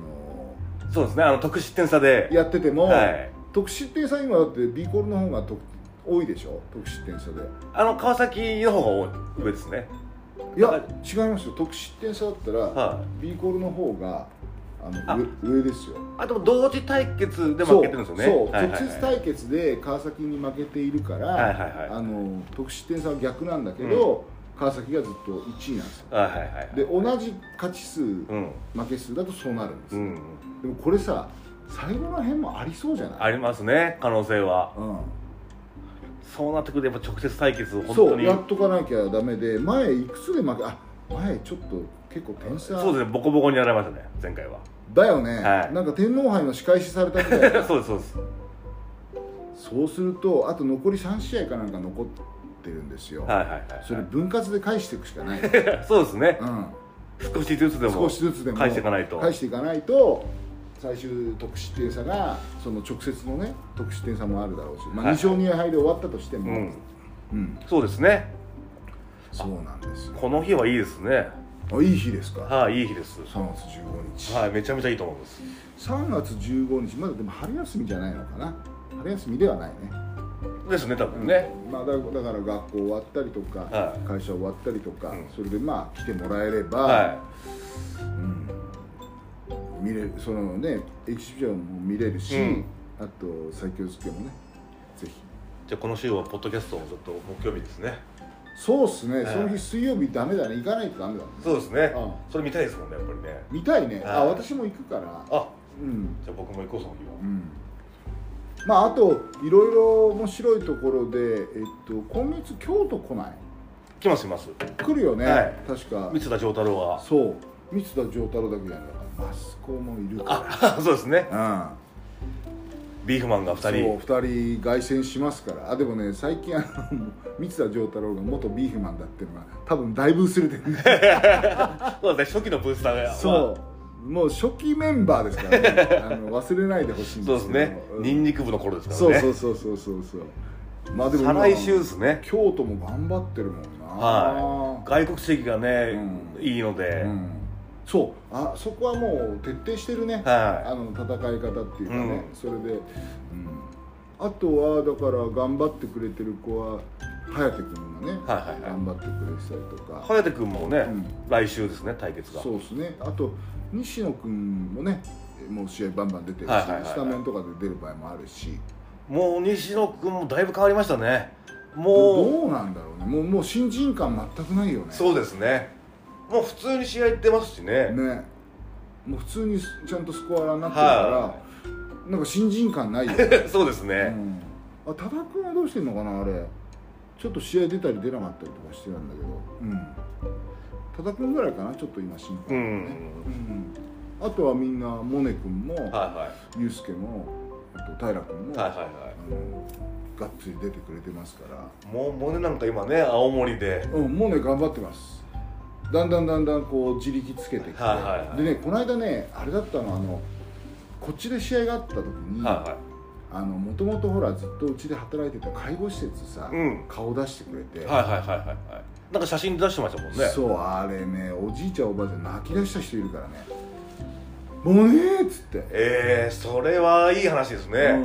そうですねあの得失点差でやってても、はい得失点差今だって B コールの方が得多いでしょ得失点差であの川崎の方が多い上ですねいや違いますよ得失点差だったら、はい B コールの方がああの上上ですよあと同時対決で負けてるんですよねそうそう、はいはいはい直接対決で川崎に負けているから、はいはいはあの得失点差は逆なんだけど、川崎がずっと1位なんですよいはいはいはいで同じ勝ち数、うん負け数だとそうなるんですうよ、んでもこれさ最後の辺もありそうじゃないありますね可能性はうん、そうなってくるとやっぱ直接対決本そ当うにやっとかなきゃダメで前いくつで負けあ前ちょっと結構点差そうですねボコボコにやられましたね前回はだよね、はいなんか天皇杯の仕返しされたみたいなそうですそうですそうするとあと残り3試合かなんか残ってるんですよ、はいはいはいはいそれ分割で返していくしか ない、そうですねうん、少しずつでも少しずつでも返していかないと返していかないと最終得失点差がその直接のね得失点差もあるだろうし、まあ、2はい勝2敗で終わったとしても、うんうんそうですねそうなんですよこの日はいいですねあいい日ですかはいいい日です3月15日、はいめちゃめちゃいいと思います3月15日まだでも春休みじゃないのかな春休みではないねですね多分ね、まあ、だだから学校終わったりとか、はい会社終わったりとか、うんそれでまあ来てもらえれば、はうん、見れるそのねエキシビジョンも見れるし、うんあと最強漬けもねぜひいじゃあこの週はポッドキャストもちょっと木曜日ですねそうっすね、はいその日水曜日ダメだね行かないとダメだねそうですねうんそれ見たいですもんねやっぱりね見たいね、はいあ私も行くからあうんじゃあ僕も行こうその日はうんまああといろいろ面白いところでえっと今月京都来ない来ますいます来るよね、はい確か三田丈太郎はそう三田丈太郎だけじゃないマスコもいるかあ そうですねらうんビーフマンがそう2人2人凱旋しますからあでもね最近あの三田丈太郎が元ビーフマンだっていうのは多分だいぶ薄れてるねそうですね初期のブースターがそうもう初期メンバーですからねあの忘れないでほしいんそうでですすけどねうんニンニク部の頃ですかそうらそねうそうそうそうそうまあでも再今来週ですね京都も頑張ってるもんなは外国籍がねうんいいのでうんそうあそこはもう徹底してるね、はあの戦い方っていうかね、うんそれで、うん、あとはだから頑張ってくれてる子は颯君がね、はいはいはい頑張ってくれてたりとか、い颯君もねうん来週ですね対決がそうですねあと西野君もねもう試合バンバン出てるし、はいはいはいはいスタメンとかで出る場合もあるしもう西野君もだいぶ変わりましたねもうどうなんだろうねもうもう新人感全くないよねそうですねもう普通に試合行ってますしねねもう普通にちゃんとスコアラーになってるから、はなんか新人感ないよね そうですうねん、あ多田君はどうしてんのかなあれちょっと試合出たり出なかったりとかしてたんだけど、うん、多田君ぐらいかなちょっと今心う配、んうんあとはみんなモネ君もはユウスケもあと平君いも、はいはいはいはあのがっつり出てくれてますから、いもうモネなんか今ね青森でうん、モネ頑張ってますだんだんだんだんこう自力つけてきて、はいはいはいでねこの間ねあれだったのあのこっちで試合があった時にはあのもともとほらずっとうちで働いてた介護施設さ、うん顔出してくれて、いはいはいはいはいはいなんか写真出してましたもんねそうあれねおじいちゃんおばあちゃん泣き出した人いるからねもうねーっつって、えー、それはいい話ですね、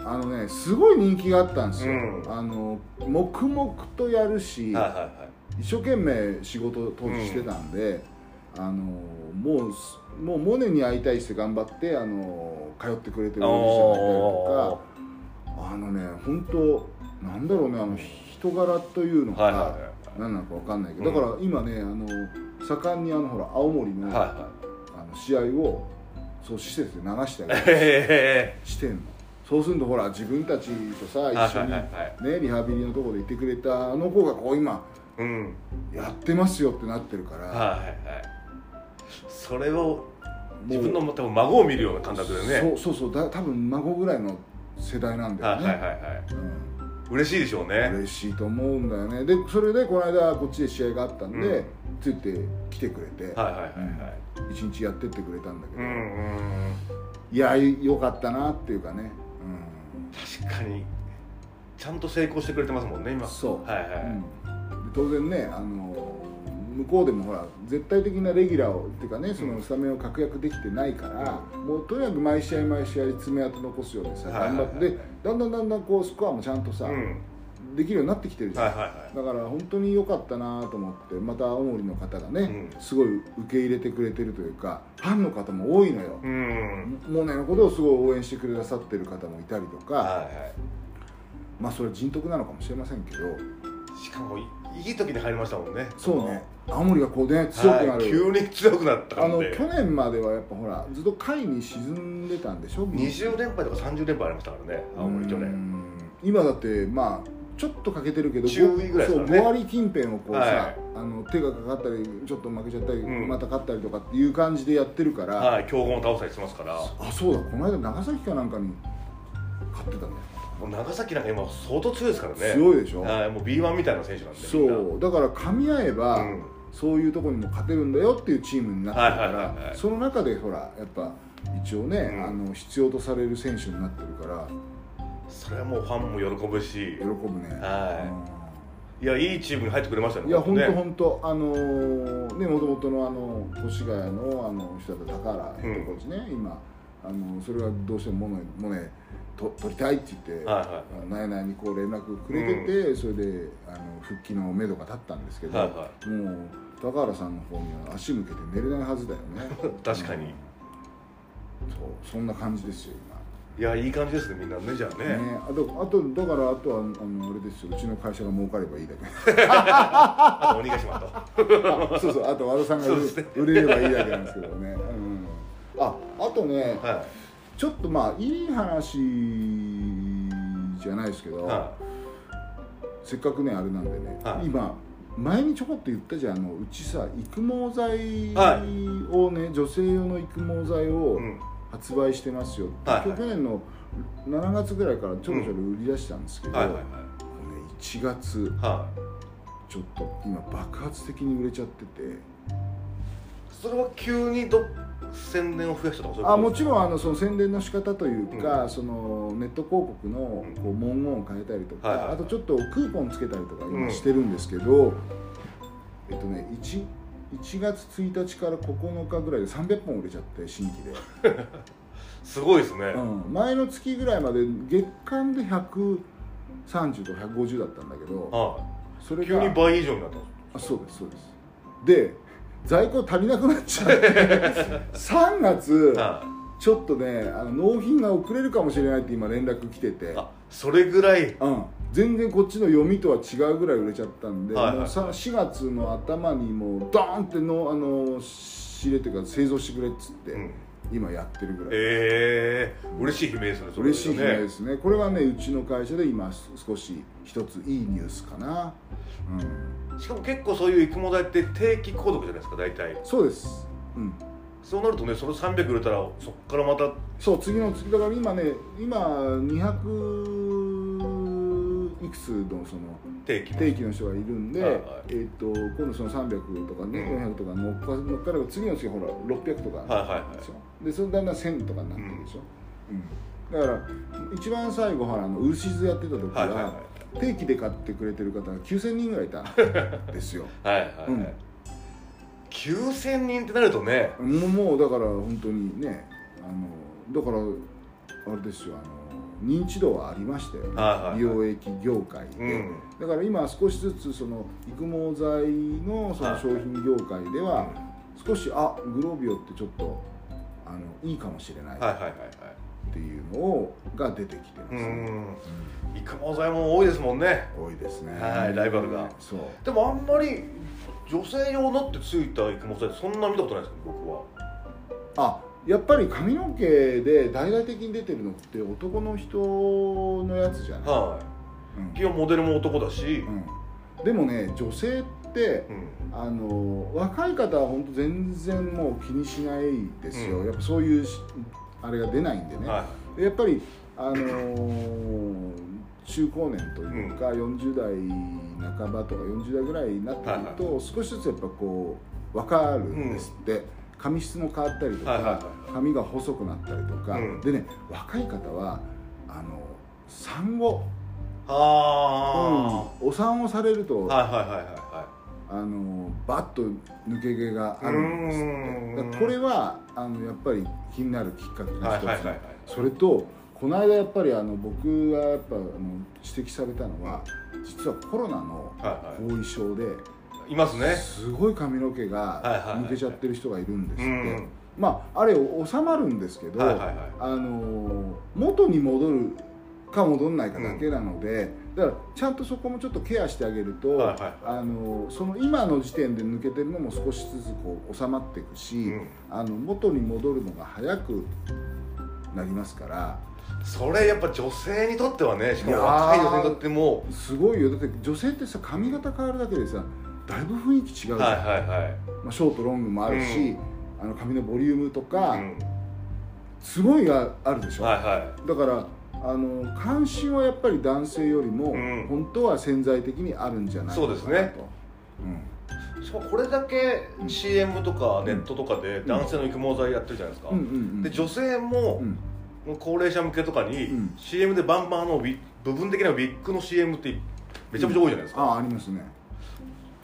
うんあのねすごい人気があったんですよ、うんあの黙々とやるし、はいはい一生懸命仕事を当時してたんで、あのもうすもうモネに会いたいして頑張ってあの通ってくれてるおじいちゃんがおいたりとかあのね本当なんだろうねあの人柄というのーか、はいはいはい何なのかわかんないけど、うんだから今ねあの盛んにあのほら青森の,、はいはあの試合をそう施設で流したいはいりへしてんのそうするとほら自分たちとさーはい一は緒いに、はいはいね、リハビリのところでいてくれたあの子がこう今うんやってますよってなってるから、はいはいはいそれをもう自分の多分孫を見るような感覚でねそうそうそうだ多分孫ぐらいの世代なんだはよいね、はいはいはいうん嬉しいでしょうね嬉しいと思うんだよねでそれでこの間こっちで試合があったんで、うんついて来てくれて、はいはいはいはい一日やってってくれたんだけうど、んうんいやよかったなっていうかね、確かにちゃんと成功してくれてますもんねうん、今そう、はいはい、うんで当然ねあの向こうでもほら絶対的なレギュラーをっていうかねそのスタメンを確約できてないから、もうとにかく毎試合毎試合爪痕残すようにさはいはい頑は張いって、でだんだんだんだんこうスコアもちゃんとさ、うんできるようになってきてるじゃん、はいはいはだから本当に良かったなと思ってまた青森の方がね、うんすごい受け入れてくれてるというかファンの方も多いのよい、うんモネのことをすごい応援してくださってる方もいたりとか、はいはいまあそれは人徳なのかもしれませんけどしかもいいい時に入りましたもんねそうね青森がこうね強くなはい、る、急に強くなったあんので去年まではやっぱほらずっと下位に沈んでたんでしょ20連敗とか30連敗ありましたからね青森去う年ん今だってまあちょっと欠けてるけど10位ぐらいですからねそう5割近辺をこうさ、はいあの手がかかったりちょっと負けちゃったり、うんまた勝ったりとかっていう感じでやってるから、はい強豪を倒したりしてますからあそうだこの間長崎かなんかに勝ってたんだよ、もう長崎なんか今相当強いですからね強いでしょ、はいもう B1 みたいな選手なんでみんなそうだから噛み合えば、うんそういうところにも勝てるんだよっていうチームになってるから、はいはいはいはいその中でほらやっぱ一応ね、うんあの必要とされる選手になってるからそれはもうファンも喜ぶし喜ぶね、はうんいいやいいチームに入ってくれましたねいや本当ね本当あのーねもともとのあの越谷のあの人だった高原ヘッドコーチね、今あのそれはどうしてもモネモネと取りたいって言って、はいはあの内々にこう連絡くれてて、それであの復帰のめどが立ったんですけいど、はいはもう高原さんの方には足向けて寝れないはずだよね 確かにうんそうそんな感じですよ今いいやいい感じですねみんなねじゃあねね、あとあとだからあとはあのあれですようちの会社が儲かればいいだけあと鬼ヶ島とあそうそうあと和田さんが売それ,、うです売れればいいだけなんですけどね、うん、ああとねはちょっとまあいい話じゃないですけいど、はせっかくねあれなんでね、はい今前にちょこっと言ったじゃんあのうちさ育毛剤はをね、女性用の育毛剤をうん発売してますよって、はいはい去年の7月ぐらいからちょろちょろ売り出したんですけど、はいはいはもうね1月いはちょっと今爆発的に売れちゃってていそれは急にど宣伝を増やしたとかそういうことあもちろんあのその宣伝の仕方というか、そのネット広告のこう文言を変えたりとか、はいはいあとちょっとクーポンつけたりとかう今んしてるんですけど、えっとね 1, 1月1日から9日ぐらいで300本売れちゃって新規で、すごいですね、うん、前の月ぐらいまで月間で130とか150だったんだけどはそいれ急にが倍以上になったんですあそうですそうですで在庫足りなくなっちゃって 3月、はちょっとねあの納品が遅れるかもしれないって今連絡来ててい、あそれぐらいうん、全然こっちの読みとは違うぐらい売れちゃったんで、はいはいもうさ4月の頭にもうドーンってのあの仕入れてから製造してくれっつって、うん今やってるぐらい、ええー、嬉しい悲鳴ですねそれ嬉しい悲鳴ですすねこれはねうちの会社で今少し一ついいニュースかな、うん、しかも結構そういう育毛剤って定期購読じゃないですか大体そうです、うん、そうなるとねその300売れたらそっからまたそう次の次だから今ね今200いくつのその定期定期の人がいるんで、はいはいえー、と今度その300とかね、うん400とか乗っか乗っかれば次の月ほら600とかはいはいなんですよ、でそれだんだん1000とかになってくるでしょ、うんだから一番最後ほらあのウーシーズやってた時は,、はいはいは定期で買ってくれてる方が9000人ぐらいいたんですいよ はいはい、うん9000人ってなるとねもうもうだから本当にねあのだからあれですよあの認知度はありましたよね、はいはいはい美容液業界で、うんだから今少しずつその育毛剤のそのはい商品業界では少しあグロービオってちょっとあのいいかもしれなはいいはいっはいはいていうのをが出てきてますうね、ん育毛剤も多いですもんね多いですねはいライバルがそうでもあんまり女性用のってついた育毛剤そんな見たことないですけど僕はあやっぱり髪の毛で大々的に出てるのって男の人のやつじゃない、はうんい基本モデルも男だし、うんでもね女性ってうんあの若い方は本当全然もう気にしないですよ、うんやっぱそういうしあれが出ないんでね、はでやっぱり、あのー中高年というか、40代半ばとか40代ぐらいになってくると、少しずつやっぱこう分かるんですって、髪質も変わったりとか、はいはいはい髪が細くなったりとか、うんでね若い方はあの産後、いはお産をされると、あ、はいはいはいはいはいあのバッと抜け毛があるんですうーんってだからこれはあのやっぱり気になるきっかけの一つ、はいはいはいはいそれとこの間やっぱりあの僕がやっぱあの指摘されたのは実はコロナのは後遺症で、いはいいますねすごい髪の毛はいはいはがい抜けちゃってる人がいるんですっうて、んまああれ収まるんですけど、はいはいはいあの元に戻るか戻んないかだけなので、だからちゃんとそこもちょっとケアしてあげると、はいはいはいあのその今の時点で抜けてるのも少しずつこう収まっていくし、うんあの元に戻るのが早くなりますからそれやっぱ女性にとってはねしかも若い女性にとってもすごいよだって女性ってさ髪型変わるだけでさだいぶ雰囲気違うじゃん、はいはいはいまあ、ショートロングもあるし、あの髪のボリュームとか、うんすごいがあるでしょ、はいはだからあの関心はやっぱり男性よりも、うん本当は潜在的にあるんじゃないかなそうですねと、うんいしかもこれだけうん CM とかネットとかで男性の育毛剤やってるじゃないですか、うんうんうん、で女性もうん高齢者向けとかにうん CM でバンバンあのウィ部分的なウィッグの CM ってめちゃめちゃ多いじゃないですか、ああありますね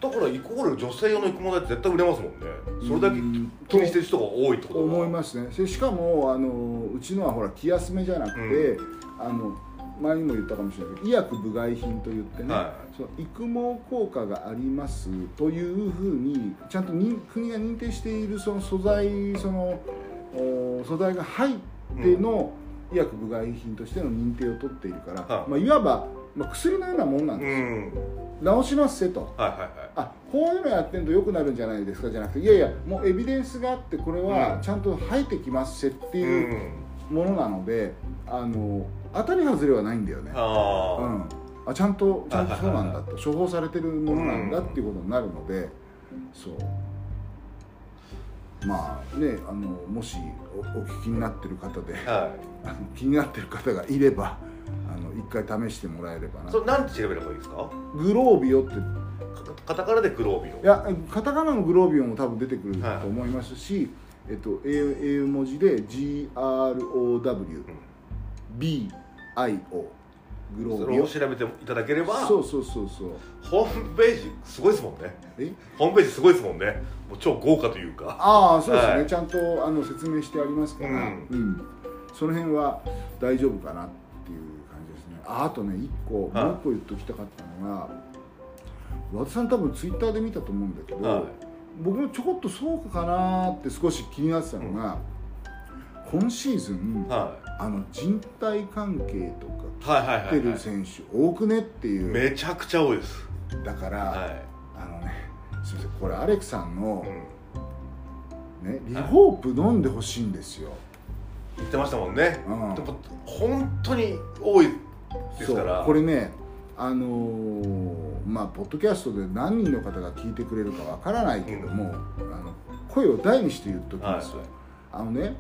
だからイコール女性用の育毛剤って絶対売れますもんねそれだけうん気にしてる人が多いってことだ思いますねでしかもあのうちのはほら気休めじゃなくて、あの前にも言ったかもしれないけど医薬部外品といってね、はその育毛効果がありますというふうにちゃんとに国が認定しているその素材そのお素材が入っての医薬部外品としての認定を取っているから、はいいまあ、いわば、まあ、薬のようなもんなんうです、ん治しますせと。はいはいはいあこういうのやってると良くなるんじゃないですかじゃなくていやいやもうエビデンスがあってこれうはんちゃんと生えてきますせってういうんものなので、あの当たり外れはないんだよね、ああ、うん、あちゃんとちゃんとあそうなんだあと処方されてるものなんだっていうことになるのでそうまあねあのもしおお聞きになってる方で はあの気になってる方がいればあの一回試してもらえればいなそれ何て調べればいいですかグロービオってかカタカナでグロービいやカタカナのグロービオも多分出てくると思いますし、えっと、英英文字で GROWBIO グロオーそビれオを調べていただければそうそうそうそうホームページすごいですもんねえホームページすごいですもんねもう超豪華というかああそうですね、はいちゃんとあの説明してありますから、ううんんその辺は大丈夫かなっていう感じですねああとね1個、はいもう1個言っときたかったのが和田さん多分ツイッターで見たと思うんだけど、は僕もちょこっとそうかなって少し気になってたのが、今シーズン、いはあの人体関係とかいはいはいは来てい、はる選手多くねってい、いう、めちゃくちゃ多いですだから、はあのねすいませんこれアレクさんのい、う、ん、ねリホープ飲んでほしいんですよ、言ってましたもんね、うんでも本当に多いですからそうこれねあのーまあポッドキャストで何人の方が聞いてくれるかわからないけども、あの声を大にして言っときはいます、あのね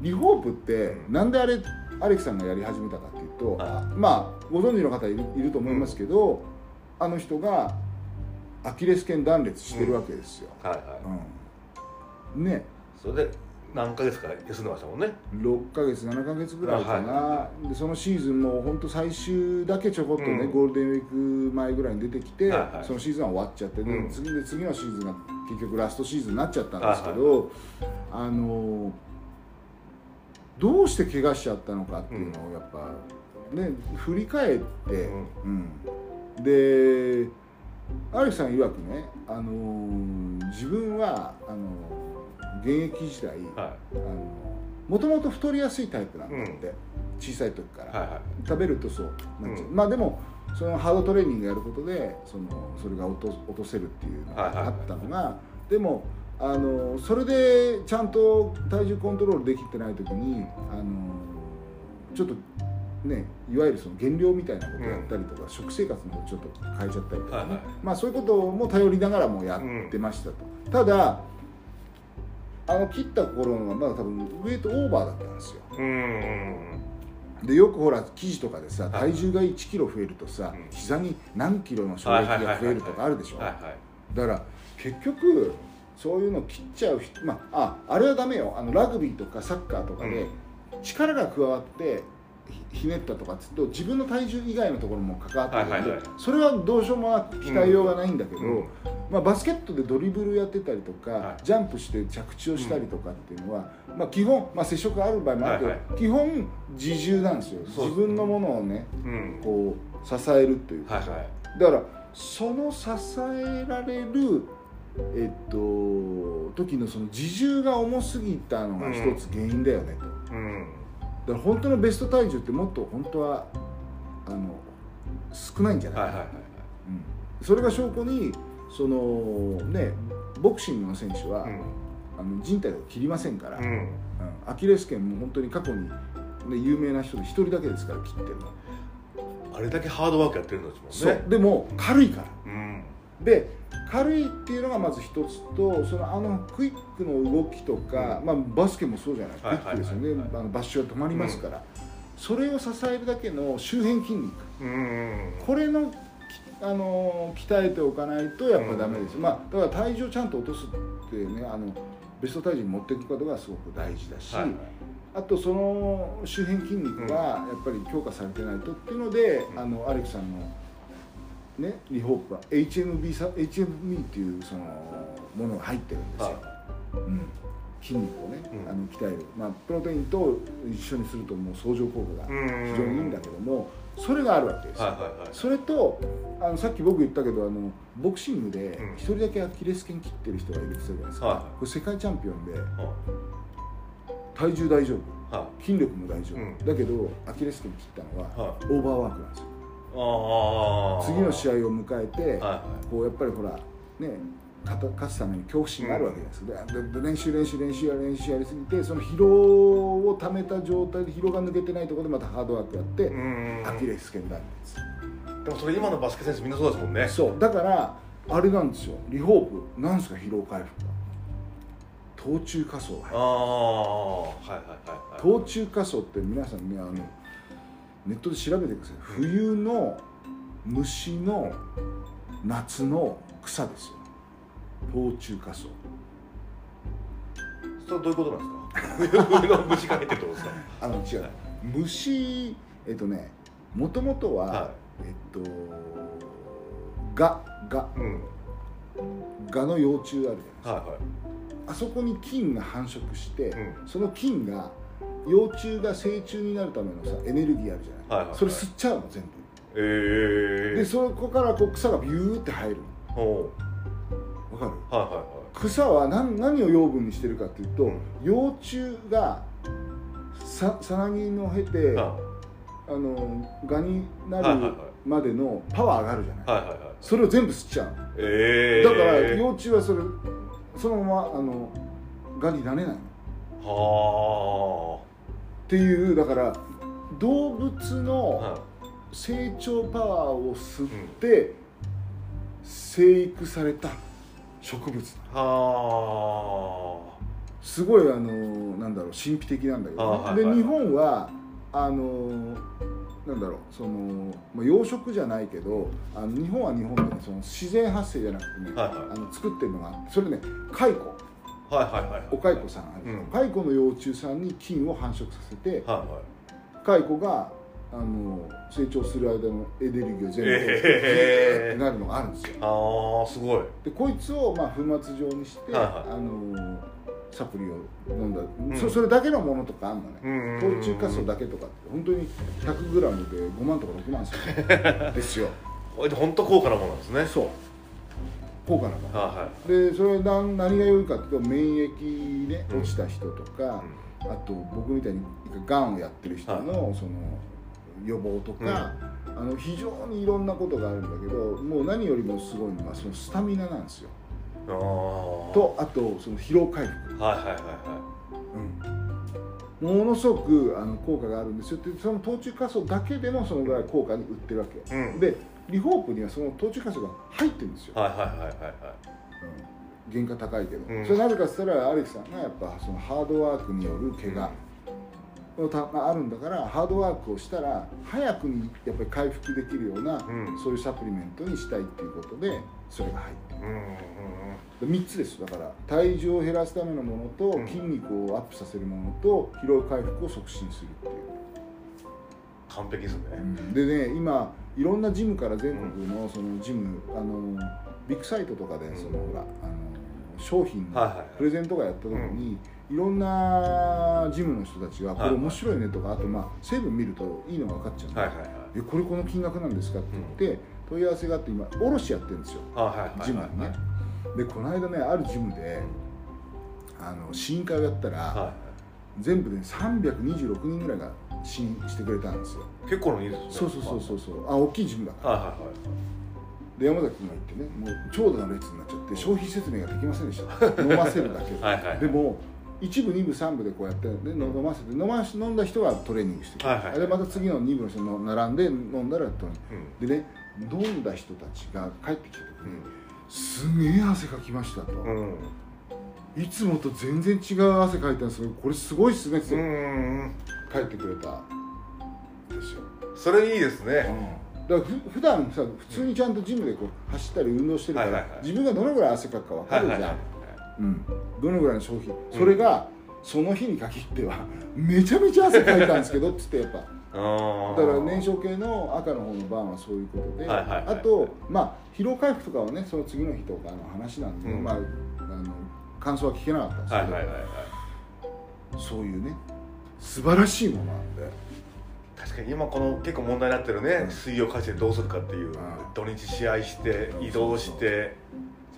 リホープってうんなんであれアレキさんがやり始めたかっていうと、はいあまあご存知の方いるいると思いますけど、あの人がアキレス腱断裂してるわけですよ、はいはうんねいそれで何ヶ月か休んでましたもんね6ヶ月7ヶ月ぐらいかな、あでそのシーズンも本当最終だけちょこっとね、うんゴールデンウィーク前ぐらいに出てきて、はいはいそのシーズンは終わっちゃって、でうん次で次のシーズンが結局ラストシーズンになっちゃったんですけど、あのーどうして怪我しちゃったのかっていうのをやっぱ、ね振り返って、うんでアレクさん曰くね、あのー自分はあのー現役時代、はもともと太りやすいタイプなんだって、う小さい時から、いはいは食べるとそうなっちゃう、うまあでもそのハードトレーニングやることでそのそれが落と落とせるっていうのはいはいはいがあったのが、でもあのそれでちゃんと体重コントロールできてない時にあのちょっとねいわゆるその減量みたいなことやったりとか、食生活もちょっと変えちゃったりとかね、はいはいまあそういうことも頼りながらもやってましたと、ただあの切った頃はまだ多分ウエイトオーバーだったんですよいうんでよくほら記事とかでさはい体重が1キロ増えるとさ、うん膝に何キロの衝撃が増えるとかあるでしょはいだかはいら結局そういうの切っちゃう人まあああれはダメよあのラグビーとかサッカーとかで力が加わってひひねったとかっつうと自分の体重以外のところも関わってくるんで、はいはいはいそれはどうしようもなく鍛えようがないんだけど、うんまあ、バスケットでドリブルやってたりとか、はいジャンプして着地をしたりとかっていうのは、まあ、基本、まあ、接触ある場合もあるけど、はい基本自重なんですよそう自分のものをねうんこう支えるというか、はいはいだからその支えられるえっと時のその自重が重すぎたのが一つ原因だよねと、だうんから本当のベスト体重ってもっと本当はあの少ないんじゃないはいかはないはいそれが証拠にそのねボクシングの選手は、うんあの人体を切りませんから、うんうんアキレス腱も本当に過去に、ね、有名な人で一人だけですから切ってるの、あれだけハードワークやってるんですそもんうねでも軽いからうんで軽いっていうのがまず一つとそのあのクイックの動きとか、まあ、バスケもそうじゃないクイはいはッいクはいですよね、あのバッシュが止まりますから、それを支えるだけの周辺筋肉うんこれのきあのー鍛えておかないとやっぱダメです、うんまあだから体重をちゃんと落とすっていうねあのベスト体重に持っていくことがすごく大事だし、はいはいあとその周辺筋肉がやっぱり強化されてないとっていうので、うんあのアレクさんのねリホープは HMB さ HMB っていうそのものが入ってるんですよ、はうん筋肉をね、うんあの鍛える、まあ、プロテインと一緒にするともう相乗効果がいうん非常にいいんだけども、それがあるわけですよ、はいはいはいそれとあのさっき僕言ったけどあのボクシングでうん一人だけアキレス腱切ってる人がいるって言ったじゃないですか、はいこれ世界チャンピオンでうん体重大丈夫は筋力も大丈夫、うんだけどアキレス腱切ったのは、はいオーバーワークなんですよいああ次の試合合を迎えて、はいはいこうやっぱりほらね勝た勝つために恐怖心があるわけです、でで練習練習練習や練習やりすぎてその疲労をためた状態で疲労が抜けてないところでまたハードワークやって、うんアキレス腱断裂でもそれ今のバスケ選手みんなそうですもんねそうだからあれなんですよリホープなんですか疲労回復は頭中仮想ああはいはいはいはい頭中仮想って皆さんねあのネットで調べてください冬の虫の夏の草ですよ頭中仮想それどういうことなんですか 上の虫かけてってことですかあの違う虫えっとねもともとは、はえっとガガいうんガの幼虫あるじゃないですかはあそこに菌が繁殖して、いはいうんその菌が幼虫が成虫になるためのさエネルギーあるじゃない,、はいはいはいそれ吸っちゃうの全部、ええでー、そこからこう草がビューって生えるほのわかるうはいはいはい草は何何を養分にしてるかっていうと、うん幼虫がささなぎの経て、ああのガになはいはいはいるまでのパワーがあるじゃない、はいはいはいそれを全部吸っちゃうのええだからー、幼虫はそれそのままあのガになれないのっはていうだから動物あのは成長パワーを吸っい、うんて生育された植物なのはすごいあのなんだろう神秘的なんだけど、ねあーはいはいで日本はあのなんだろうその、まあ、養殖じゃないけどあの日本は日本で、ね、その自然発生じゃなくてね、はいはいあの作ってるのがそれね蚕あはいはいはいはいお蚕さんあるじゃんうん蚕の幼虫さんに菌を繁殖させてはいはい蚕があの成長する間のエネルギーを全部えーってなるのがあるんですよああすごいでこいつをまあ粉末状にして、はいあのサプリを飲んだ、んそそれだけのものとかあんのねん糖中仮想だけとかって本当に 100g で5万とか6万するです よえ本当高価なものなんですねそう高価なのはでそれな何が良いかっていうと免疫ね落ちた人といはかい、、あと僕みたいにがんをやってる人のその予防とか、あの非常にいろんなことがあるんだけどもう何よりもすごいのはそのスタミナなんですようん、ああとあとその疲労回復、はいはいはいはものすごくあの効果があるんですよってその頭中仮想だけでもそのぐらい効果に売ってるわけ、いうんでリホープにはその頭中仮想が入ってるんですよ、はいはいはいはいはいうん、原価高いけど、うんそれなぜかっつったらアレキさんがやっぱそのハードワークによる怪我のたがあるんだからハードワークをしたら早くにやっぱり回復できるような、うんそういうサプリメントにしたいっていうことでそれが入ってるうんうんうん3つですだから体重を減らすためのものとうん筋肉をアップさせるものと疲労回復を促進するっていう、完璧ですね、でね今いろんなジムから全国のそのジムあのビッグサイトとかでうんそのほらあの商品はいはのいはいプレゼントがやった時にいろんなジムの人たちがこはれいはい面白いねとかあとまあ成分見るといいのが分かっちゃうんではいはいはいえこれこの金額なんですかって言って問い合わせがあって今卸やってるんですよはいはいはいはいジムにねでこの間ねあるジムであの試飲会をやったら、は全部で326人ぐらいが試飲してくれたんですよい結構の人数ですそうねそうそうそうそうあ大きいジムだからはいはいはいで山崎君が行ってねもう長蛇の列になっちゃって消費説明ができませんでした飲ませるだけではいはいはいでも一部二部三部でこうやって、ね、の飲ませて飲まし飲んだ人はトレーニングしてくれはいはいはいでまた次の二部の人の並んで飲んだらトレーニンうんグでね飲んだ人たちが帰ってきた時うにん「すげえ汗かきました」と。うんいつもと全然違う汗かいたんですけどこれすごいっすねってうん帰ってくれたんですよ、それいいですね、だからふ普段さ普通にちゃんとジムでこう走ったり運動してるから、はいはいはい自分がどのぐらい汗かくか分かはいるじゃはん、いはいうん、どのぐらいの消費それが、その日に限ってはめちゃめちゃ汗かいたんですけどっつってやっぱあだから燃焼系の赤の方のバーンはそういうことで、はいはいはいあと、まあ、疲労回復とかはねその次の日とかの話なんで、うんまあ、あの感想は聞けなかったんですけはど、いはいはいはいそういうね素晴らしいものなんで確かに今この結構問題になってるね、うん水曜会社でどうするかっていう、ん土日試合して移動して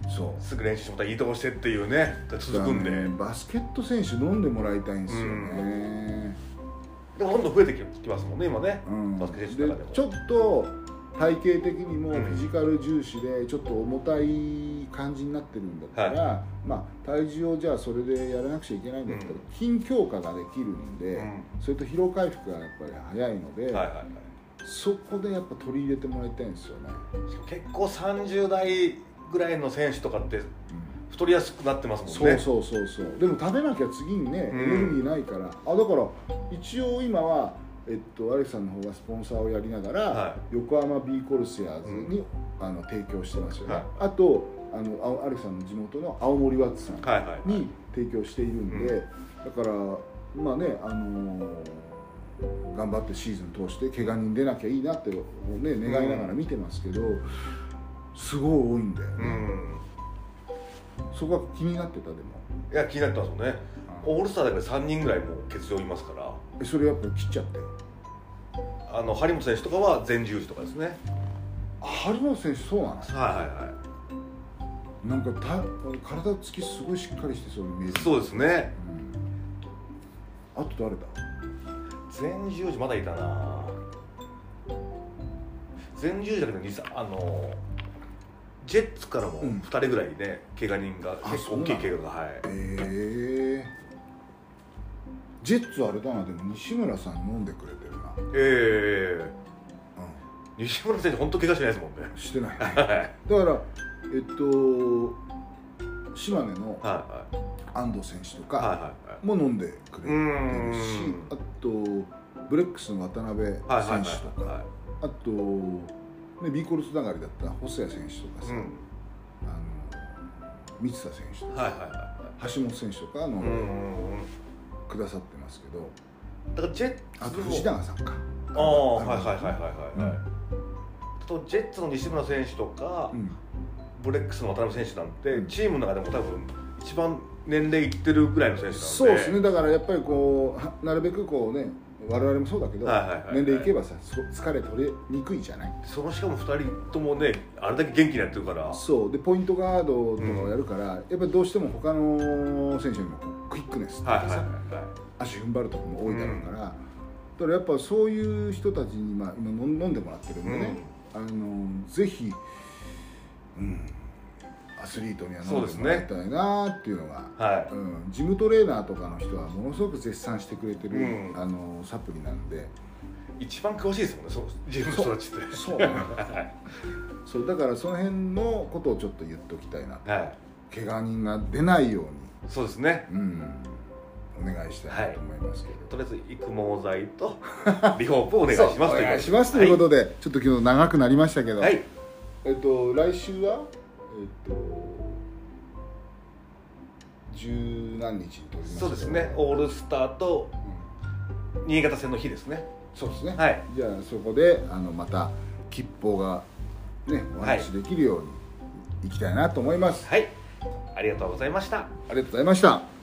そすぐ練習してまた移動してっていうねう続くんで、だからねバスケット選手飲んでもらいたいんですよね、でもどんどん増えてきますもんね今ねうんバスケで選手の中でもちょっと体型的にもフうんィジカル重視でちょっと重たい感じになってるんだったら、まあ、体重をじゃあそれでやらなくちゃいけないんだったら、うん筋強化ができるんで、うんそれと疲労回復がやっぱり早いので、はいはいはいそこでやっぱ取り入れてもらいたいんですよね、結構30代ぐらいの選手とかって太りやすくなってますもんねそうそうそうそうでも食べなきゃ次にねエうんネルギーないから、あだから一応今はえっと、アレキさんの方がスポンサーをやりながら、は横浜 B コルセアーズに、あの提供してますよね、はいあとあのあおアレキさんの地元の青森ワッツさはんいはいはいに提供しているんで、だからまあね、あのー頑張ってシーズン通して怪我人出なきゃいいなって、ね、願いながら見てますけど、すごい多いんだよ、うんそこが気になってたでもいや気になってますもんねオールスターだけで3人ぐらいもう欠場いますからえそれやっぱ切っちゃってあの張本選手とかは前十字とかですねあ張本選手そうなのはいはいはなんかた体つきすごいしっかりしてそうに見えるい、そうですねうんあと誰だ前十字まだいたな前十字だけど実はあのジェッツからもうん2人ぐらいね、怪我人があ結そ構うな大んきだい怪我がはいえー、ジェッツあれだなでも西村さん飲んでくれてるな、ええうん西村選手本当怪我しないですもんねしてないだかはいはいらえっと島根のは安藤選手といはいかはいはいも飲んでくれてうーるんしあとブレックスの渡辺選手とか、はいはいはいはあと、ね、B コルつながりだったら細谷選手とかいさ、うんあの三田選手とか、はいはいはいは橋本選手とか飲いうんんうでんうんくださってますけどだからジェあッとツ藤永さんかああはいはいはいはいはいはい、うとジェッツの西村選手とか、うんブレックスの渡辺選手なんてうんチームの中でも多分一番年齢いってるぐらいの選手なんでそうですねだからやっぱりこうはなるべくこうね我々もそうだけど、はいはいはいはい年齢いけばさそ疲れ取れにくいじゃないそのしかも2人ともねあれだけ元気にやってるからそうでポイントガードとかをやるから、やっぱりどうしても他の選手よりもこうクイックネスとはいかはいさ、は足踏ん張るとかも多いだろうから、だからやっぱそういう人たちに、まあ、今飲ん飲んでもらってるんでね、あのぜひ、うん、アスリートには飲んでもらいたいなっていうのが。いはい、はうん、ジムトレーナーとかの人はものすごく絶賛してくれてる、うんあのサプリなんでい、一番詳しいですもんねそう自分の人たちって そうなんだそうだからその辺のことをちょっと言っておきたいなはい怪我人が出ないようそうですねに、うん、お願いしたいなと思いますけど、とりあえず育毛剤とリホープをお願いし そうますおということで願いしますというこはとで、ちょっと昨日長くなりましたけど、い、はいえっと来週はえっと十何日に撮りますけどそうですねオールスターとうん新潟戦の日ですねそうですね、はいじゃあそこであのまた吉報がねお話しできるようにいきたいなと思います、はいありがとうございましたありがとうございました